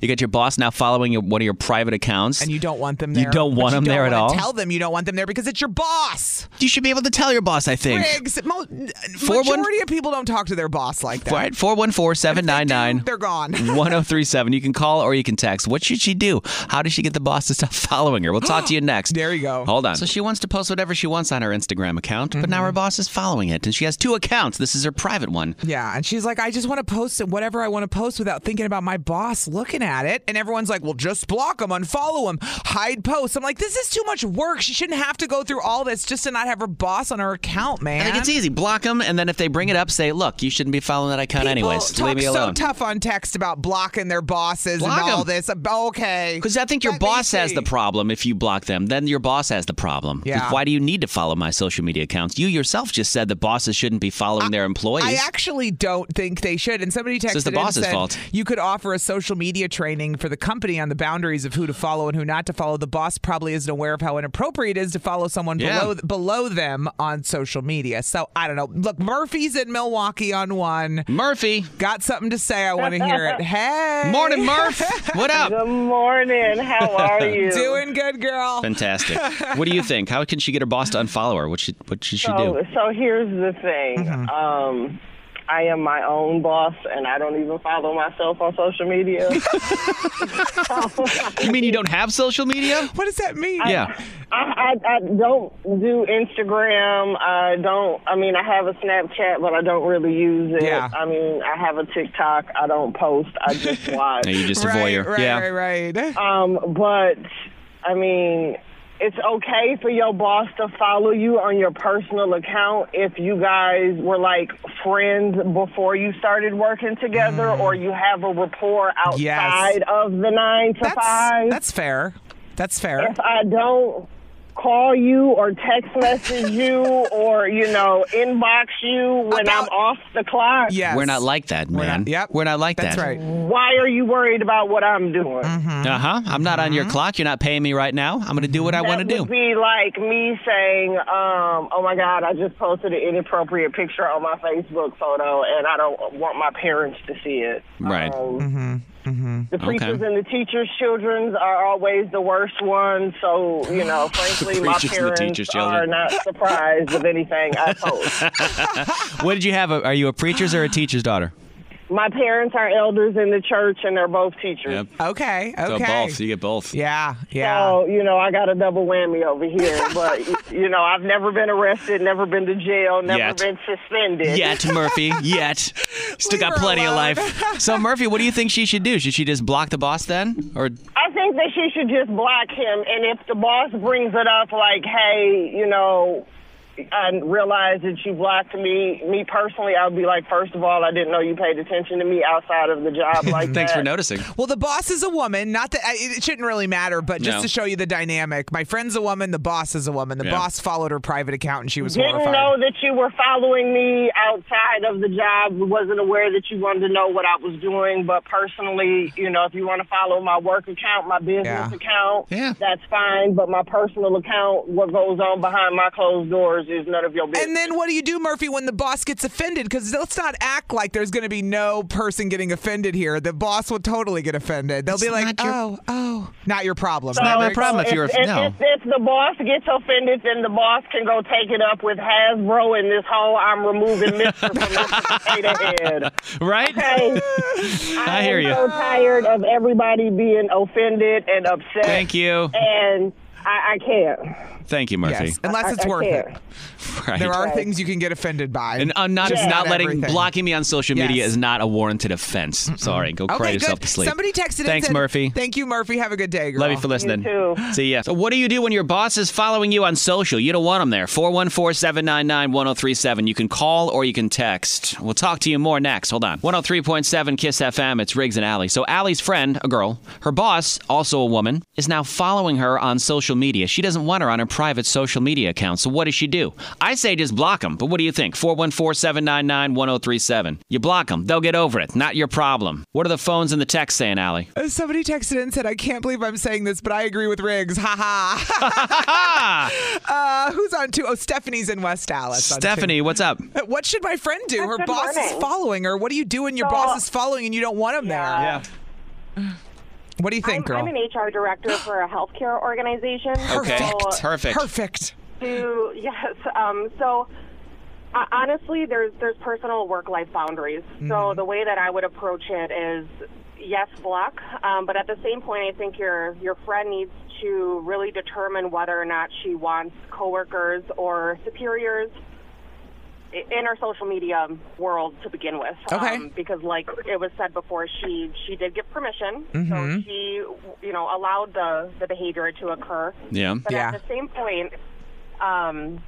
[SPEAKER 4] You got your boss now following your, one of your private accounts.
[SPEAKER 3] and you don't want them
[SPEAKER 4] Mm-hmm. You
[SPEAKER 3] there.
[SPEAKER 4] don't
[SPEAKER 3] But
[SPEAKER 4] want them
[SPEAKER 3] don't
[SPEAKER 4] there at
[SPEAKER 3] wanna
[SPEAKER 4] all?
[SPEAKER 3] Tell them you don't want them there because it's your boss.
[SPEAKER 4] You should be able to tell your boss, I think.
[SPEAKER 3] Riggs, mo-
[SPEAKER 4] Four one-
[SPEAKER 3] majority of people don't talk to their boss like that.
[SPEAKER 4] All right, 414 799.
[SPEAKER 3] They're gone.
[SPEAKER 4] 1037. You can call or you can text. What should she do? How does she get the boss to stop following her? We'll talk to you next. There
[SPEAKER 3] you go.
[SPEAKER 4] Hold on. Mm-hmm. So she wants to post whatever she wants on her Instagram account, but now her boss is following it. And she has two accounts. This is her private one.
[SPEAKER 3] Yeah, and she's like, I just want to post it, whatever I want to post without thinking about my boss looking at it. And everyone's like, well, just block them, unfollow them, hide posts. I'm like, this is too much work. She shouldn't have to go through all this just to not have her boss on her account, man.
[SPEAKER 4] I think it's easy. Block them, and then if they bring it up, say, "Look, you shouldn't be following that account,
[SPEAKER 3] People
[SPEAKER 4] anyways.
[SPEAKER 3] talk
[SPEAKER 4] Leave me
[SPEAKER 3] so
[SPEAKER 4] alone."
[SPEAKER 3] tough on text about blocking their bosses
[SPEAKER 4] Block
[SPEAKER 3] and all
[SPEAKER 4] 'em.
[SPEAKER 3] this. Um, Okay. Because
[SPEAKER 4] I think your boss has the problem. If you block them, then your boss has the problem.
[SPEAKER 3] Yeah.
[SPEAKER 4] Why do you need to follow my social media accounts? You yourself just said that bosses shouldn't be following their employees.
[SPEAKER 3] I actually don't think they should. And somebody texted
[SPEAKER 4] This is the
[SPEAKER 3] in
[SPEAKER 4] boss's
[SPEAKER 3] and said,
[SPEAKER 4] fault.
[SPEAKER 3] You could offer a social media training for the company on the boundaries of who to follow and who not to follow. The boss probably isn't aware of how inappropriate it is to follow someone
[SPEAKER 4] Yeah.
[SPEAKER 3] below below them on social media. So I don't know. Look, Murphy's in Milwaukee on one.
[SPEAKER 4] Murphy.
[SPEAKER 3] Got something to say. I want to hear it. Hey.
[SPEAKER 4] Morning, Murph. What up?
[SPEAKER 10] Good morning. How are you?
[SPEAKER 3] Doing good, girl.
[SPEAKER 4] Fantastic. what do you think? How can she get her boss to unfollow her? What should what should she
[SPEAKER 10] so,
[SPEAKER 4] do?
[SPEAKER 10] so here's the thing.
[SPEAKER 3] Mm-hmm.
[SPEAKER 10] Um, I am my own boss, and I don't even follow myself on social media. Oh.
[SPEAKER 4] You mean you don't have social media?
[SPEAKER 3] What does that mean?
[SPEAKER 4] yeah.
[SPEAKER 10] I, I, I don't do Instagram. I don't. I mean, I have a Snapchat, but I don't really use it.
[SPEAKER 4] Yeah.
[SPEAKER 10] I mean, I have a TikTok. I don't post. I just watch.
[SPEAKER 4] No, you're just a voyeur. yeah.
[SPEAKER 3] right, right.
[SPEAKER 10] Um, but I mean, it's okay for your boss to follow you on your personal account if you guys were like friends before you started working together,
[SPEAKER 4] Mm.
[SPEAKER 10] or you have a rapport outside
[SPEAKER 3] Yes.
[SPEAKER 10] of the nine to five.
[SPEAKER 3] That's fair. That's fair.
[SPEAKER 10] if I don't call you or text message you or you know inbox you when I'm off the clock.
[SPEAKER 3] Yes.
[SPEAKER 4] We're not like that, man.
[SPEAKER 3] yep.
[SPEAKER 4] We're not like
[SPEAKER 3] That's
[SPEAKER 4] that.
[SPEAKER 3] right. Mm-hmm.
[SPEAKER 10] Why are you worried about what I'm doing?
[SPEAKER 4] Uh huh. I'm not on your clock. You're not paying me right now. I'm going to do
[SPEAKER 3] Mm-hmm.
[SPEAKER 4] what I want to
[SPEAKER 10] That
[SPEAKER 4] do.
[SPEAKER 10] would be like me saying, um, "Oh my God, I just posted an inappropriate picture on my Facebook photo, and I don't want my parents to see it." Um,
[SPEAKER 4] Right.
[SPEAKER 3] Mm-hmm.
[SPEAKER 10] The preachers and the teachers' children are always the worst ones, so you know, frankly, my
[SPEAKER 4] Preachers and the
[SPEAKER 10] parents
[SPEAKER 4] teachers'
[SPEAKER 10] are
[SPEAKER 4] children.
[SPEAKER 10] not surprised with anything I post.
[SPEAKER 4] What did you have? Are you a preacher's or a teacher's daughter?
[SPEAKER 10] My parents are elders in the church, and they're both teachers.
[SPEAKER 4] Yep.
[SPEAKER 3] Okay. Okay.
[SPEAKER 4] You get both.
[SPEAKER 3] Yeah. Yeah.
[SPEAKER 10] So, you know, I got a double whammy over here, but, y- you know, I've never been arrested, never been to jail, never
[SPEAKER 4] Yet.
[SPEAKER 10] been suspended.
[SPEAKER 4] Yet, Murphy. Yet. Still
[SPEAKER 3] Leave
[SPEAKER 4] got
[SPEAKER 3] her
[SPEAKER 4] plenty
[SPEAKER 3] alone.
[SPEAKER 4] of life. So, Murphy, what do you think she should do? Should she just block the boss then? Or
[SPEAKER 10] I think that she should just block him, and if the boss brings it up, like, hey, you know, I realize that you blocked me. Me personally, I'd be like, first of all, I didn't know you paid attention to me outside of the job like
[SPEAKER 4] thanks
[SPEAKER 10] that.
[SPEAKER 4] for noticing.
[SPEAKER 3] Well, the boss is a woman. Not that I- it shouldn't really matter, but just
[SPEAKER 4] No.
[SPEAKER 3] to show you the dynamic, my friend's a woman. The boss is a woman. The
[SPEAKER 4] Yeah.
[SPEAKER 3] boss followed her private account, and she was
[SPEAKER 10] Didn't
[SPEAKER 3] horrified.
[SPEAKER 10] know that you were following me outside of the job. Wasn't aware that you wanted to know what I was doing. But personally, you know, if you want to follow my work account, my business
[SPEAKER 3] Yeah.
[SPEAKER 10] account,
[SPEAKER 4] Yeah.
[SPEAKER 10] that's fine. But my personal account, what goes on behind my closed doors, is none of your business.
[SPEAKER 3] And then what do you do, Murphy, when the boss gets offended? Because let's not act like there's going to be no person getting offended here. The boss will totally get offended. They'll be like,
[SPEAKER 4] not your-
[SPEAKER 3] "Oh, oh, not your problem."
[SPEAKER 10] So-
[SPEAKER 4] not my problem if
[SPEAKER 10] so
[SPEAKER 4] you're a-
[SPEAKER 10] if,
[SPEAKER 4] no.
[SPEAKER 10] if, if the boss gets offended, then the boss can go take it up with Hasbro and this whole I'm removing Mr. from this potato head.
[SPEAKER 4] Right?
[SPEAKER 10] Okay.
[SPEAKER 4] I hear you.
[SPEAKER 10] I'm so tired of everybody being offended and upset.
[SPEAKER 4] Thank you.
[SPEAKER 10] And I, I can't.
[SPEAKER 4] Thank you, Murphy.
[SPEAKER 3] Yes, unless it's
[SPEAKER 10] I
[SPEAKER 3] worth
[SPEAKER 10] can't.
[SPEAKER 3] it.
[SPEAKER 4] Right.
[SPEAKER 3] There are things you can get offended by.
[SPEAKER 4] and I'm not
[SPEAKER 3] Just
[SPEAKER 4] not letting
[SPEAKER 3] everything.
[SPEAKER 4] blocking me on social media
[SPEAKER 3] Yes.
[SPEAKER 4] is not a warranted offense. Sorry, go cry
[SPEAKER 3] Okay,
[SPEAKER 4] yourself
[SPEAKER 3] good.
[SPEAKER 4] to sleep.
[SPEAKER 3] Somebody texted and
[SPEAKER 4] Thanks,
[SPEAKER 3] said,
[SPEAKER 4] Murphy.
[SPEAKER 3] Thank you, Murphy. Have a good day, girl.
[SPEAKER 4] Love you for listening.
[SPEAKER 10] too.
[SPEAKER 4] See ya. So what do you do when your boss is following you on social? You don't want them there. 414-799-1037. You can call or you can text. We'll talk to you more next. Hold on. 103.7 KISS FM. It's Riggs and Allie. So Allie's friend, a girl, her boss, also a woman, is now following her on social media. She doesn't want her on her private social media account. So what does she do? I say just block them. But what do you think? 414-799-1037. You block them. They'll get over it. Not your problem. What are the phones and the texts saying, Allie?
[SPEAKER 3] Uh, Somebody texted and said, I can't believe I'm saying this, but I agree with Riggs. Ha ha. uh, who's on two? Oh, Stephanie's in West Dallas. on two.
[SPEAKER 4] Stephanie, what's up?
[SPEAKER 3] Uh, What should my friend do? Her
[SPEAKER 10] Good
[SPEAKER 3] boss is
[SPEAKER 10] morning.
[SPEAKER 3] following her. What do you do when your
[SPEAKER 11] So-
[SPEAKER 3] boss is following and you don't want him there?
[SPEAKER 10] Yeah.
[SPEAKER 3] What do you think,
[SPEAKER 11] I'm,
[SPEAKER 3] girl?
[SPEAKER 11] I'm an HR director for a healthcare organization.
[SPEAKER 4] Okay.
[SPEAKER 11] So,
[SPEAKER 4] Perfect.
[SPEAKER 3] Perfect.
[SPEAKER 11] do- yes. Um, so uh, honestly, there's there's personal work life boundaries. So the way that I would approach it is yes, block. Um, but at the same point, I think your your friend needs to really determine whether or not she wants coworkers or superiors i- in our social media world to begin with. Um,
[SPEAKER 3] Okay.
[SPEAKER 11] because like it was said before, she she did give permission, so she you know allowed the the behavior to occur.
[SPEAKER 4] Yeah.
[SPEAKER 11] But
[SPEAKER 3] Yeah.
[SPEAKER 11] at the same point, um,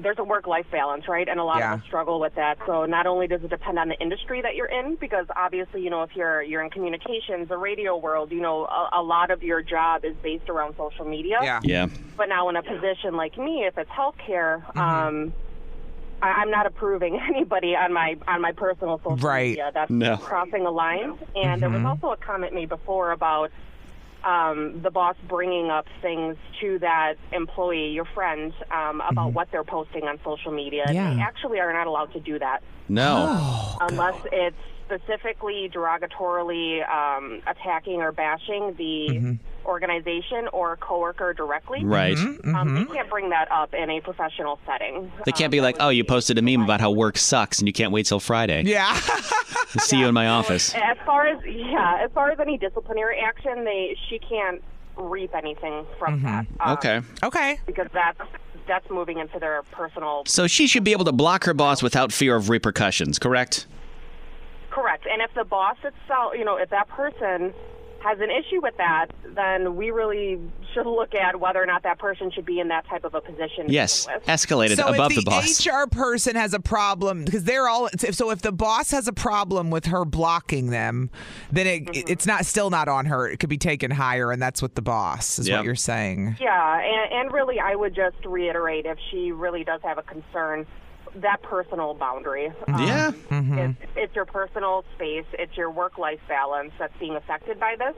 [SPEAKER 11] there's a work life balance, right? And a lot
[SPEAKER 3] Yeah.
[SPEAKER 11] of us struggle with that. So not only does it depend on the industry that you're in, because obviously, you know, if you're you're in communications, the radio world, you know, a, a lot of your job is based around social media.
[SPEAKER 3] Yeah.
[SPEAKER 4] Yeah.
[SPEAKER 11] But now in a position like me, if it's healthcare, um, I, I'm not approving anybody on my on my personal social
[SPEAKER 3] Right.
[SPEAKER 11] media. That's
[SPEAKER 4] No.
[SPEAKER 11] crossing a line. And there was also a comment made before about um, the boss bringing up things to that employee, your friend, um, about what they're posting on social media.
[SPEAKER 12] Yeah.
[SPEAKER 11] They actually are not allowed to do that
[SPEAKER 4] No.
[SPEAKER 11] unless it's specifically derogatorily um, attacking or bashing the
[SPEAKER 3] Mm-hmm.
[SPEAKER 4] Mm-hmm.
[SPEAKER 11] organization or coworker directly.
[SPEAKER 4] Right. Mhm,
[SPEAKER 11] Um, they can't bring that up in a professional setting.
[SPEAKER 4] They can't be
[SPEAKER 11] um,
[SPEAKER 4] like, oh, you posted a meme about how work sucks and you can't wait till Friday.
[SPEAKER 3] Yeah.
[SPEAKER 4] See you in my office.
[SPEAKER 11] As far as yeah, as far as any disciplinary action, they she can't reap anything from that.
[SPEAKER 3] Mm-hmm.
[SPEAKER 11] Um,
[SPEAKER 4] Mm-hmm. Okay.
[SPEAKER 3] Okay.
[SPEAKER 11] Because that's that's moving into their personal
[SPEAKER 4] So she should be able to block her boss without fear of repercussions, correct?
[SPEAKER 11] Correct. And if the boss itself, you know, if that person has an issue with that, then we really should look at whether or not that person should be in that type of a position. to
[SPEAKER 4] Yes.
[SPEAKER 11] begin with.
[SPEAKER 4] Escalated
[SPEAKER 3] so
[SPEAKER 4] above
[SPEAKER 3] if
[SPEAKER 4] the,
[SPEAKER 3] the,
[SPEAKER 4] boss.
[SPEAKER 3] HR person has a problem because they're all if- so if the boss has a problem with her blocking them, then it, it's not still not on her. It could be taken higher, and that's what the boss is
[SPEAKER 11] Yep.
[SPEAKER 3] what you're saying.
[SPEAKER 11] Yeah, and, and really, I would just reiterate if she really does have a concern, that personal boundary. um,
[SPEAKER 4] Yeah.
[SPEAKER 11] It's,
[SPEAKER 4] Mm-hmm.
[SPEAKER 11] it's your personal space, it's your work life balance that's being affected by this.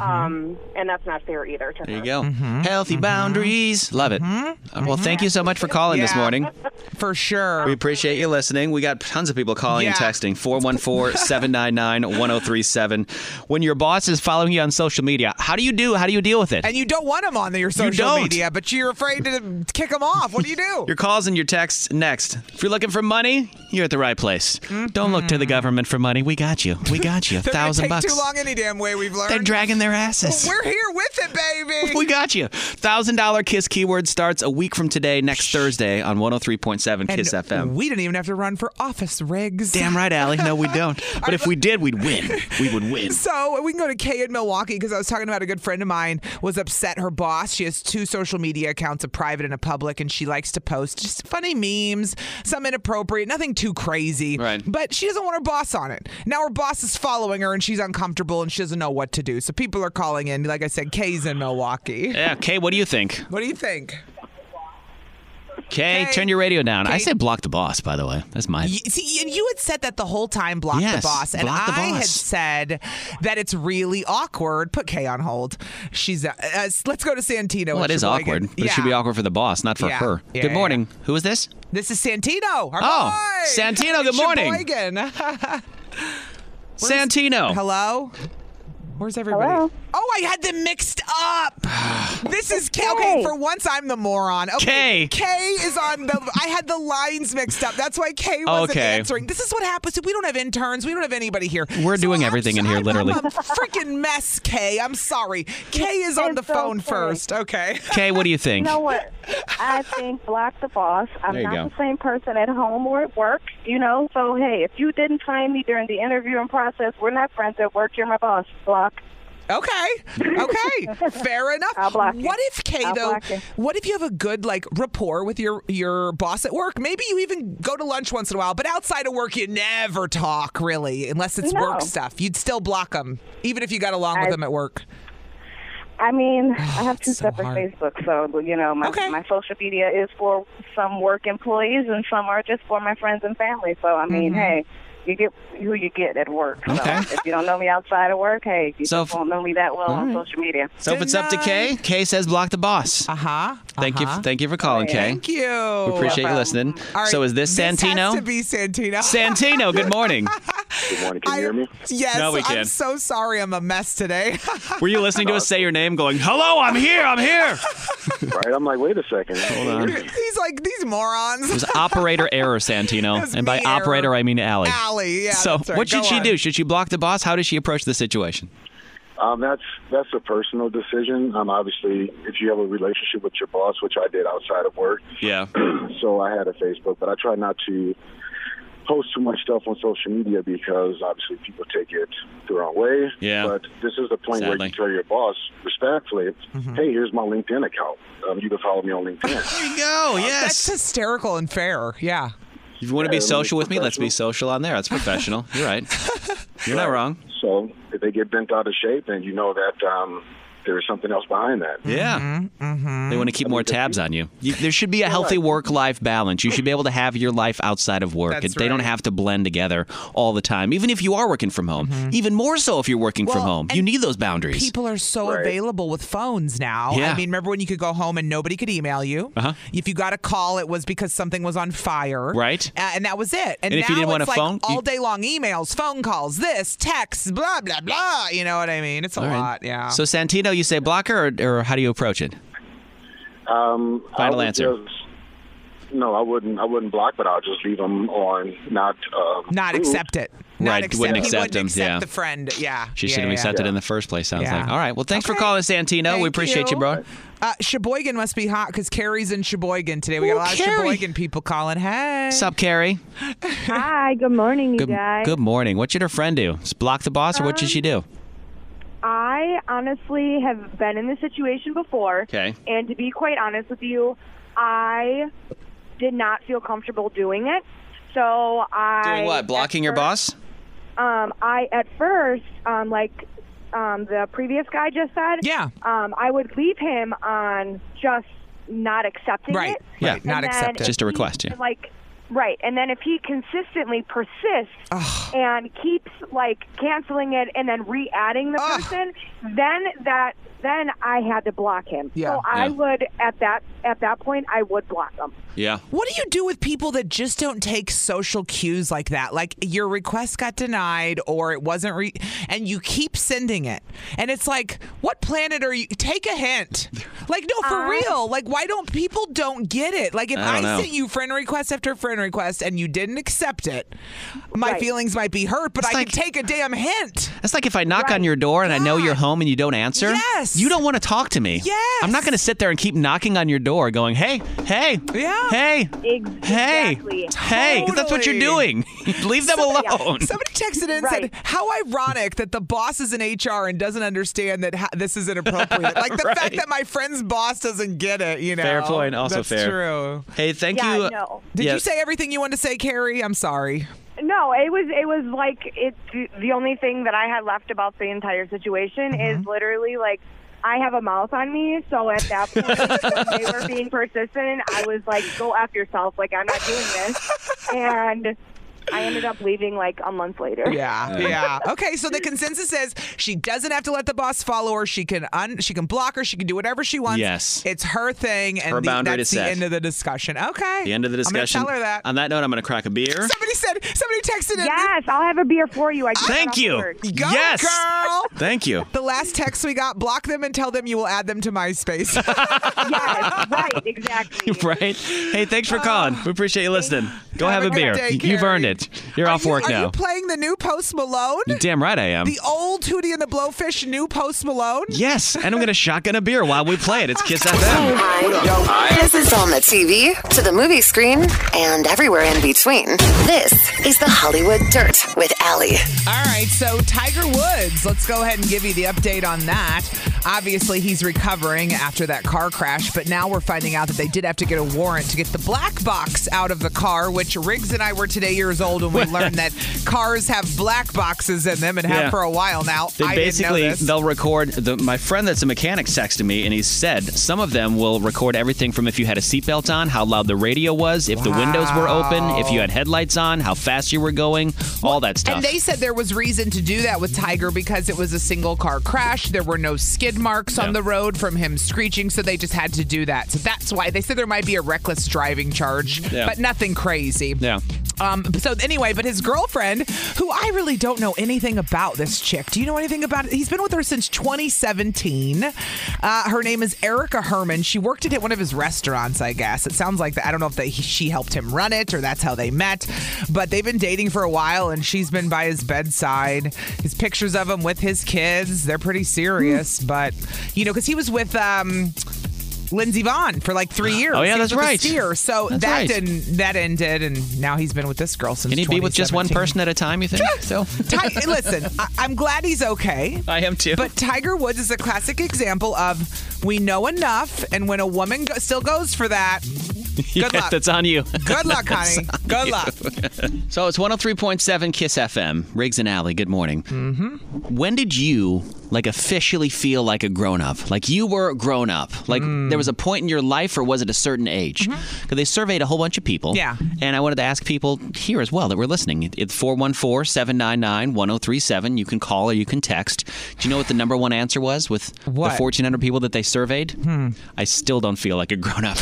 [SPEAKER 11] Um, and that's not fair either. To
[SPEAKER 4] Mm-hmm. There
[SPEAKER 11] her.
[SPEAKER 4] you go.
[SPEAKER 3] Mm-hmm.
[SPEAKER 4] Healthy boundaries. Love it. Uh, Well, thank you so much for calling this
[SPEAKER 11] Yeah.
[SPEAKER 4] morning.
[SPEAKER 3] For sure.
[SPEAKER 4] We appreciate you listening. We got tons of people calling and
[SPEAKER 3] Yeah.
[SPEAKER 4] texting 414 799 1037. When your boss is following you on social media, how do you do? How do you deal with it?
[SPEAKER 3] And you don't want them on your social
[SPEAKER 4] don't.
[SPEAKER 3] media, but you're afraid to kick them off. What do you do?
[SPEAKER 4] Your calls and your texts next. If you're looking for money, you're at the right place. Don't look to the government for money. We got you. We got you. A
[SPEAKER 3] Mm-hmm. They're gonna
[SPEAKER 4] thousand
[SPEAKER 3] take
[SPEAKER 4] bucks.
[SPEAKER 3] Too long any damn way we've learned.
[SPEAKER 4] They're dragging their asses.
[SPEAKER 3] Well, we're here with it, baby.
[SPEAKER 4] We got you. Thousand dollar kiss keyword starts a week from today, next Thursday on 103.7
[SPEAKER 3] And
[SPEAKER 4] Kiss FM.
[SPEAKER 3] We didn't even have to run for office, rigs.
[SPEAKER 4] Damn right, Allie. No, we don't. But if we did, we'd win. We would win.
[SPEAKER 3] So we can go to Kay in Milwaukee because I was talking about a good friend of mine was upset her boss. She has two social media accounts, a private and a public, and she likes to post just funny memes, some inappropriate, nothing too crazy. Right. But she doesn't want her boss on it. Now her boss is following her and she's uncomfortable and she doesn't know what to do. So people are calling in. Like I said, Kay's in Milwaukee.
[SPEAKER 4] Yeah, Kay, what do you think?
[SPEAKER 3] What do you think?
[SPEAKER 4] Kay, turn your radio down. I said block the boss, by the way. That's my.
[SPEAKER 3] Y- See, and you had said that the whole time, block
[SPEAKER 4] Yes,
[SPEAKER 3] the boss, and
[SPEAKER 4] block the
[SPEAKER 3] I had
[SPEAKER 4] boss.
[SPEAKER 3] said that it's really awkward. Put Kay on hold. She's. Uh, uh, let's go to Santino.
[SPEAKER 4] Well, it
[SPEAKER 3] and
[SPEAKER 4] is
[SPEAKER 3] Sheboygan.
[SPEAKER 4] awkward, but
[SPEAKER 3] yeah.
[SPEAKER 4] it should be awkward for the boss, not for
[SPEAKER 3] Yeah.
[SPEAKER 4] her.
[SPEAKER 3] Yeah,
[SPEAKER 4] Good
[SPEAKER 3] yeah,
[SPEAKER 4] morning. Who is this?
[SPEAKER 3] This is Santino. Our
[SPEAKER 4] Oh,
[SPEAKER 3] boy.
[SPEAKER 4] Santino, good
[SPEAKER 3] Sheboygan.
[SPEAKER 4] Santino.
[SPEAKER 3] Hello. Where's everybody? Oh, I had them mixed up. this is Kay. Okay, for once I'm the moron. Okay,
[SPEAKER 4] Kay.
[SPEAKER 3] Kay is on the. I had the lines mixed up. That's why Kay wasn't
[SPEAKER 4] Okay.
[SPEAKER 3] answering. This is what happens. We don't have interns. We don't have anybody here.
[SPEAKER 4] We're doing everything in here, literally.
[SPEAKER 3] I'm a freaking mess, Kay. I'm sorry. Kay is on the phone first. Okay.
[SPEAKER 4] Kay, what do you think?
[SPEAKER 13] You know what? I think block the boss. I'm
[SPEAKER 4] There you
[SPEAKER 13] not
[SPEAKER 4] go.
[SPEAKER 13] the same person at home or at work, you know. So hey, if you didn't find me during the interviewing process, we're not friends at work. You're my boss. Block.
[SPEAKER 3] Okay. Okay. Fair enough. what if Kay
[SPEAKER 13] I'll
[SPEAKER 3] though?
[SPEAKER 13] block you.
[SPEAKER 3] What if you have a good like rapport with your your boss at work? Maybe you even go to lunch once in a while, but outside of work you never talk really, unless it's
[SPEAKER 13] No.
[SPEAKER 3] work stuff. You'd still block them, even if you got along with them at work.
[SPEAKER 13] I mean, I have two separate Facebooks, so you know, my my social media is for some work employees and some are just for my friends and family. So I mean,
[SPEAKER 4] Mhm.
[SPEAKER 13] hey. You get who you get at work. So
[SPEAKER 4] Okay.
[SPEAKER 13] if you don't know me outside of work, hey, you
[SPEAKER 4] So
[SPEAKER 13] just
[SPEAKER 4] if-
[SPEAKER 13] won't know me that well
[SPEAKER 4] All
[SPEAKER 13] on
[SPEAKER 4] right.
[SPEAKER 13] social media.
[SPEAKER 4] So if it's up to Kay, Kay says block the boss. Uh
[SPEAKER 3] huh.
[SPEAKER 4] Thank you. Thank you for calling, Kay.
[SPEAKER 3] Uh-huh. Thank you.
[SPEAKER 4] We appreciate you listening.
[SPEAKER 3] All right,
[SPEAKER 4] So is this
[SPEAKER 3] has
[SPEAKER 4] Santino?
[SPEAKER 3] to be Santino.
[SPEAKER 4] Santino, good morning.
[SPEAKER 7] Good morning. Can you hear me?
[SPEAKER 3] Yes,
[SPEAKER 4] No, we
[SPEAKER 3] I'm
[SPEAKER 4] can't.
[SPEAKER 3] so sorry I'm a mess today.
[SPEAKER 4] Were you listening to us say your name going, hello, I'm here, I'm here?
[SPEAKER 7] right. I'm like, wait a second.
[SPEAKER 4] Hold on. It
[SPEAKER 3] He's like, these morons.
[SPEAKER 4] was operator error, Santino. And by
[SPEAKER 3] me
[SPEAKER 4] operator, I mean Allie.
[SPEAKER 3] Allie, yeah,
[SPEAKER 4] So
[SPEAKER 3] that's right.
[SPEAKER 4] what should
[SPEAKER 3] Go
[SPEAKER 4] she
[SPEAKER 3] on.
[SPEAKER 4] do? Should she block the boss? How does she approach the situation?
[SPEAKER 7] Um, that's that's a personal decision. Um, obviously, if you have a relationship with your boss, which I did outside of work,
[SPEAKER 4] Yeah.
[SPEAKER 7] so I had a Facebook, but I try not to post too much stuff on social media because obviously people take it the wrong way.
[SPEAKER 4] Yeah.
[SPEAKER 7] But this is the point where
[SPEAKER 4] Sadly.
[SPEAKER 7] you tell your boss respectfully, "Hey, here's my LinkedIn account. Um, you can follow me on LinkedIn."
[SPEAKER 4] There you go. Yes.
[SPEAKER 3] That's hysterical and fair. Yeah.
[SPEAKER 4] If you want to
[SPEAKER 7] Yeah,
[SPEAKER 4] be
[SPEAKER 7] let me
[SPEAKER 4] social
[SPEAKER 7] be
[SPEAKER 4] with me, let's be social on there. That's professional. You're right. You're not wrong.
[SPEAKER 7] so if they get bent out of shape, and you know that um, there was something else behind that.
[SPEAKER 4] Yeah.
[SPEAKER 3] Mm-hmm,
[SPEAKER 4] They want to keep more tabs on you. you there should be a healthy
[SPEAKER 3] uh,
[SPEAKER 4] work life balance. You should be able to have your life outside of work.
[SPEAKER 3] That's
[SPEAKER 4] they don't
[SPEAKER 3] right.
[SPEAKER 4] have to blend together all the time, even if you are working from home. Even more so if you're working from
[SPEAKER 3] Mm-hmm. Well,
[SPEAKER 4] home. You need those boundaries.
[SPEAKER 3] People are so available with phones now.
[SPEAKER 4] Yeah.
[SPEAKER 3] I mean, remember when you could go home and nobody could email you?
[SPEAKER 4] Uh-huh.
[SPEAKER 3] If you got a call, it was because something was on fire.
[SPEAKER 4] Right.
[SPEAKER 3] A- and that was it.
[SPEAKER 4] And if you
[SPEAKER 3] now
[SPEAKER 4] didn't want
[SPEAKER 3] it's
[SPEAKER 4] a
[SPEAKER 3] like
[SPEAKER 4] phone, you-
[SPEAKER 3] all day long emails, phone calls, this, texts, blah, blah, blah. You know what I mean? It's a
[SPEAKER 4] All right.
[SPEAKER 3] lot. Yeah.
[SPEAKER 4] So, Santino, you say blocker, or, or how do you approach it?
[SPEAKER 7] Um, I
[SPEAKER 4] Final
[SPEAKER 7] would
[SPEAKER 4] answer.
[SPEAKER 7] just- no, I wouldn't. I wouldn't block, but I'll just leave them on. Not um,
[SPEAKER 3] Not
[SPEAKER 7] approved.
[SPEAKER 3] accept it. Not
[SPEAKER 4] Right,
[SPEAKER 3] Accept,
[SPEAKER 4] wouldn't
[SPEAKER 3] he
[SPEAKER 4] accept
[SPEAKER 3] wouldn't
[SPEAKER 4] him,
[SPEAKER 3] accept
[SPEAKER 4] yeah.
[SPEAKER 3] the friend. Yeah.
[SPEAKER 4] She
[SPEAKER 3] yeah,
[SPEAKER 4] should have
[SPEAKER 3] yeah.
[SPEAKER 4] accepted it in the first place, sounds
[SPEAKER 3] Yeah.
[SPEAKER 4] like. All right. Well, thanks for calling, Santino. we
[SPEAKER 3] Thank
[SPEAKER 4] appreciate you, bro.
[SPEAKER 3] Uh, Sheboygan must be hot because Carrie's in Sheboygan today. We got a lot of Sheboygan people calling. Hey.
[SPEAKER 4] Sup, Carrie?
[SPEAKER 12] Hi, good morning, you
[SPEAKER 4] Good,
[SPEAKER 12] guys.
[SPEAKER 4] good morning. What should her friend do? Just block the boss, or what should she do?
[SPEAKER 12] I honestly have been in this situation before.
[SPEAKER 4] Okay.
[SPEAKER 12] And to be quite honest with you, I did not feel comfortable doing it. So I
[SPEAKER 4] Doing what? Blocking your boss?
[SPEAKER 12] Um, I at first, um, like um, the previous guy just said.
[SPEAKER 3] Yeah.
[SPEAKER 12] Um, I would leave him on just not accepting
[SPEAKER 4] Right.
[SPEAKER 12] it.
[SPEAKER 4] Yeah.
[SPEAKER 12] And
[SPEAKER 4] Not
[SPEAKER 12] then
[SPEAKER 4] accept it.
[SPEAKER 12] if
[SPEAKER 4] Just
[SPEAKER 12] he-
[SPEAKER 4] a request, yeah.
[SPEAKER 12] Like, right. And then if he consistently persists and keeps like canceling it and then re-adding the person, then that then I had to block him.
[SPEAKER 3] Yeah.
[SPEAKER 12] So I
[SPEAKER 3] Yeah.
[SPEAKER 12] would at that at that point I would block him.
[SPEAKER 4] Yeah.
[SPEAKER 3] What do you do with people that just don't take social cues like that? Like your request got denied or it wasn't re- and you keep sending it. And it's like, what planet are you take a hint. Like no, for real. Like why don't people don't get it? Like if
[SPEAKER 4] I
[SPEAKER 3] I,
[SPEAKER 4] don't know.
[SPEAKER 3] sent you friend request after friend request and you didn't accept it, my
[SPEAKER 4] Right.
[SPEAKER 3] feelings might be hurt, but I can take a damn hint.
[SPEAKER 4] That's like if I knock on your door and I know you're home and you don't answer. Yes. You don't want to talk to me. Yes. I'm not going to sit there and keep knocking on your door going, hey, hey, yeah. hey, hey,
[SPEAKER 3] Exactly.
[SPEAKER 4] hey, 'cause that's what you're
[SPEAKER 3] Totally.
[SPEAKER 4] doing. Leave them alone.
[SPEAKER 3] Somebody texted in and said, "How ironic that the boss is in HR and doesn't understand that ha- this is inappropriate. Like the fact
[SPEAKER 4] Right.
[SPEAKER 3] that my friend's boss doesn't get it. You know,
[SPEAKER 4] Fair point. Also
[SPEAKER 3] That's
[SPEAKER 4] fair.
[SPEAKER 3] True.
[SPEAKER 4] Hey, thank
[SPEAKER 12] Yeah,
[SPEAKER 4] you.
[SPEAKER 12] I know.
[SPEAKER 3] Did
[SPEAKER 4] Yeah.
[SPEAKER 3] you say everything you wanted to say, Carrie? I'm sorry.
[SPEAKER 12] No, it was it was like it. The only thing that I had left about the entire situation is literally like I have a mouth on me. So at that point, when they were being persistent. I was like, "Go f yourself!" Like I'm not doing this. And I ended up leaving like a month later.
[SPEAKER 3] Yeah, yeah. Okay, so the consensus says she doesn't have to let the boss follow her. She can un- she can block her. She can do whatever she wants.
[SPEAKER 4] Yes.
[SPEAKER 3] it's her thing, and
[SPEAKER 4] Her
[SPEAKER 3] the-
[SPEAKER 4] boundary
[SPEAKER 3] that's
[SPEAKER 4] to
[SPEAKER 3] the
[SPEAKER 4] set.
[SPEAKER 3] end of the discussion. Okay,
[SPEAKER 4] The end of the
[SPEAKER 3] I'm gonna
[SPEAKER 4] discussion.
[SPEAKER 3] tell her that.
[SPEAKER 4] On that note, I'm going to crack a beer.
[SPEAKER 3] Somebody said. Somebody texted in.
[SPEAKER 12] Yes, I'll have a beer for you. I just got
[SPEAKER 4] Thank
[SPEAKER 12] off
[SPEAKER 4] you.
[SPEAKER 12] work.
[SPEAKER 3] Go,
[SPEAKER 4] yes.
[SPEAKER 3] girl.
[SPEAKER 4] Thank you.
[SPEAKER 3] The last text we got: block them and tell them you will add them to MySpace.
[SPEAKER 12] right, exactly.
[SPEAKER 4] right? Hey, thanks for calling. We appreciate you listening. Go have,
[SPEAKER 3] Uh, Have a
[SPEAKER 4] a
[SPEAKER 3] good
[SPEAKER 4] beer.
[SPEAKER 3] day,
[SPEAKER 4] You- You've
[SPEAKER 3] Carrie.
[SPEAKER 4] earned it. You're off work
[SPEAKER 3] Are
[SPEAKER 4] now.
[SPEAKER 3] you playing the new Post Malone?
[SPEAKER 4] You're damn right I am.
[SPEAKER 3] The old Hootie and the Blowfish, new Post Malone.
[SPEAKER 4] yes, and I'm going to shotgun a beer while we play it. It's Kiss FM.
[SPEAKER 2] This is on the TV, to the movie screen, and everywhere in between. This is the Hollywood Dirt with Allie.
[SPEAKER 3] All right, so Tiger Woods, let's go ahead and give you the update on that. Obviously, he's recovering after that car crash, but now we're finding out that they did have to get a warrant to get the black box out of the car, which Riggs and I were today years old when we learned that cars have black boxes in them and have
[SPEAKER 4] Yeah.
[SPEAKER 3] for a while now.
[SPEAKER 4] They
[SPEAKER 3] I
[SPEAKER 4] basically
[SPEAKER 3] didn't know this.
[SPEAKER 4] they'll record the, my friend that's a mechanic texted me and he said some of them will record everything from if you had a seatbelt on, how loud the radio was, if the windows were open, if you had headlights on, how fast you were going, all that stuff.
[SPEAKER 3] And they said there was reason to do that with Tiger because it was a single car crash. There were no skid marks on the road from him screeching, so they just had to do that. So that's why they said there might be a reckless driving charge,
[SPEAKER 4] Yeah.
[SPEAKER 3] but nothing crazy.
[SPEAKER 4] Yeah.
[SPEAKER 3] Um, so anyway, but his girlfriend, who I really don't know anything about this chick. Do you know anything about it? He's been with her since 2017. Uh, her name is Erica Herman. She worked at one of his restaurants, I guess. It sounds like that. I don't know if they, she helped him run it or that's how they met, but they've been dating for a while and she's been by his bedside. His pictures of him with his kids. They're pretty serious,
[SPEAKER 4] Hmm.
[SPEAKER 3] but you know, because he was with. Um, Lindsey Vaughn for like three years.
[SPEAKER 4] Oh, yeah,
[SPEAKER 3] He was
[SPEAKER 4] that's
[SPEAKER 3] with the
[SPEAKER 4] right.
[SPEAKER 3] Steer. So
[SPEAKER 4] That's
[SPEAKER 3] that
[SPEAKER 4] right.
[SPEAKER 3] didn't that ended, and now he's been with this girl since.
[SPEAKER 4] Can he be with just one person at a time? You think? so
[SPEAKER 3] Ty- listen, I- I'm glad he's okay.
[SPEAKER 4] I am too.
[SPEAKER 3] But Tiger Woods is a classic example of we know enough, and when a woman go- still goes for that, good
[SPEAKER 4] Yeah,
[SPEAKER 3] luck.
[SPEAKER 4] That's on you.
[SPEAKER 3] Good luck,
[SPEAKER 4] That's
[SPEAKER 3] honey.
[SPEAKER 4] on
[SPEAKER 3] Good
[SPEAKER 4] you.
[SPEAKER 3] luck.
[SPEAKER 4] oh so it's 103.7 Kiss FM. Riggs and Alley. Good morning. Mm-hmm. When did you like officially feel like a grown up? Like you were a grown up. Like
[SPEAKER 3] Hmm.
[SPEAKER 4] there was a point in your life, or was it a certain age? Because they surveyed a whole bunch of people.
[SPEAKER 3] Mm-hmm. Yeah.
[SPEAKER 4] And I wanted to ask people here as well that were listening. It- It's 414 799 1037. You can call or you can text. Do you know what the number one answer was with
[SPEAKER 3] What?
[SPEAKER 4] the 1,400 people that they surveyed?
[SPEAKER 3] Hmm.
[SPEAKER 4] I still don't feel like a grown up.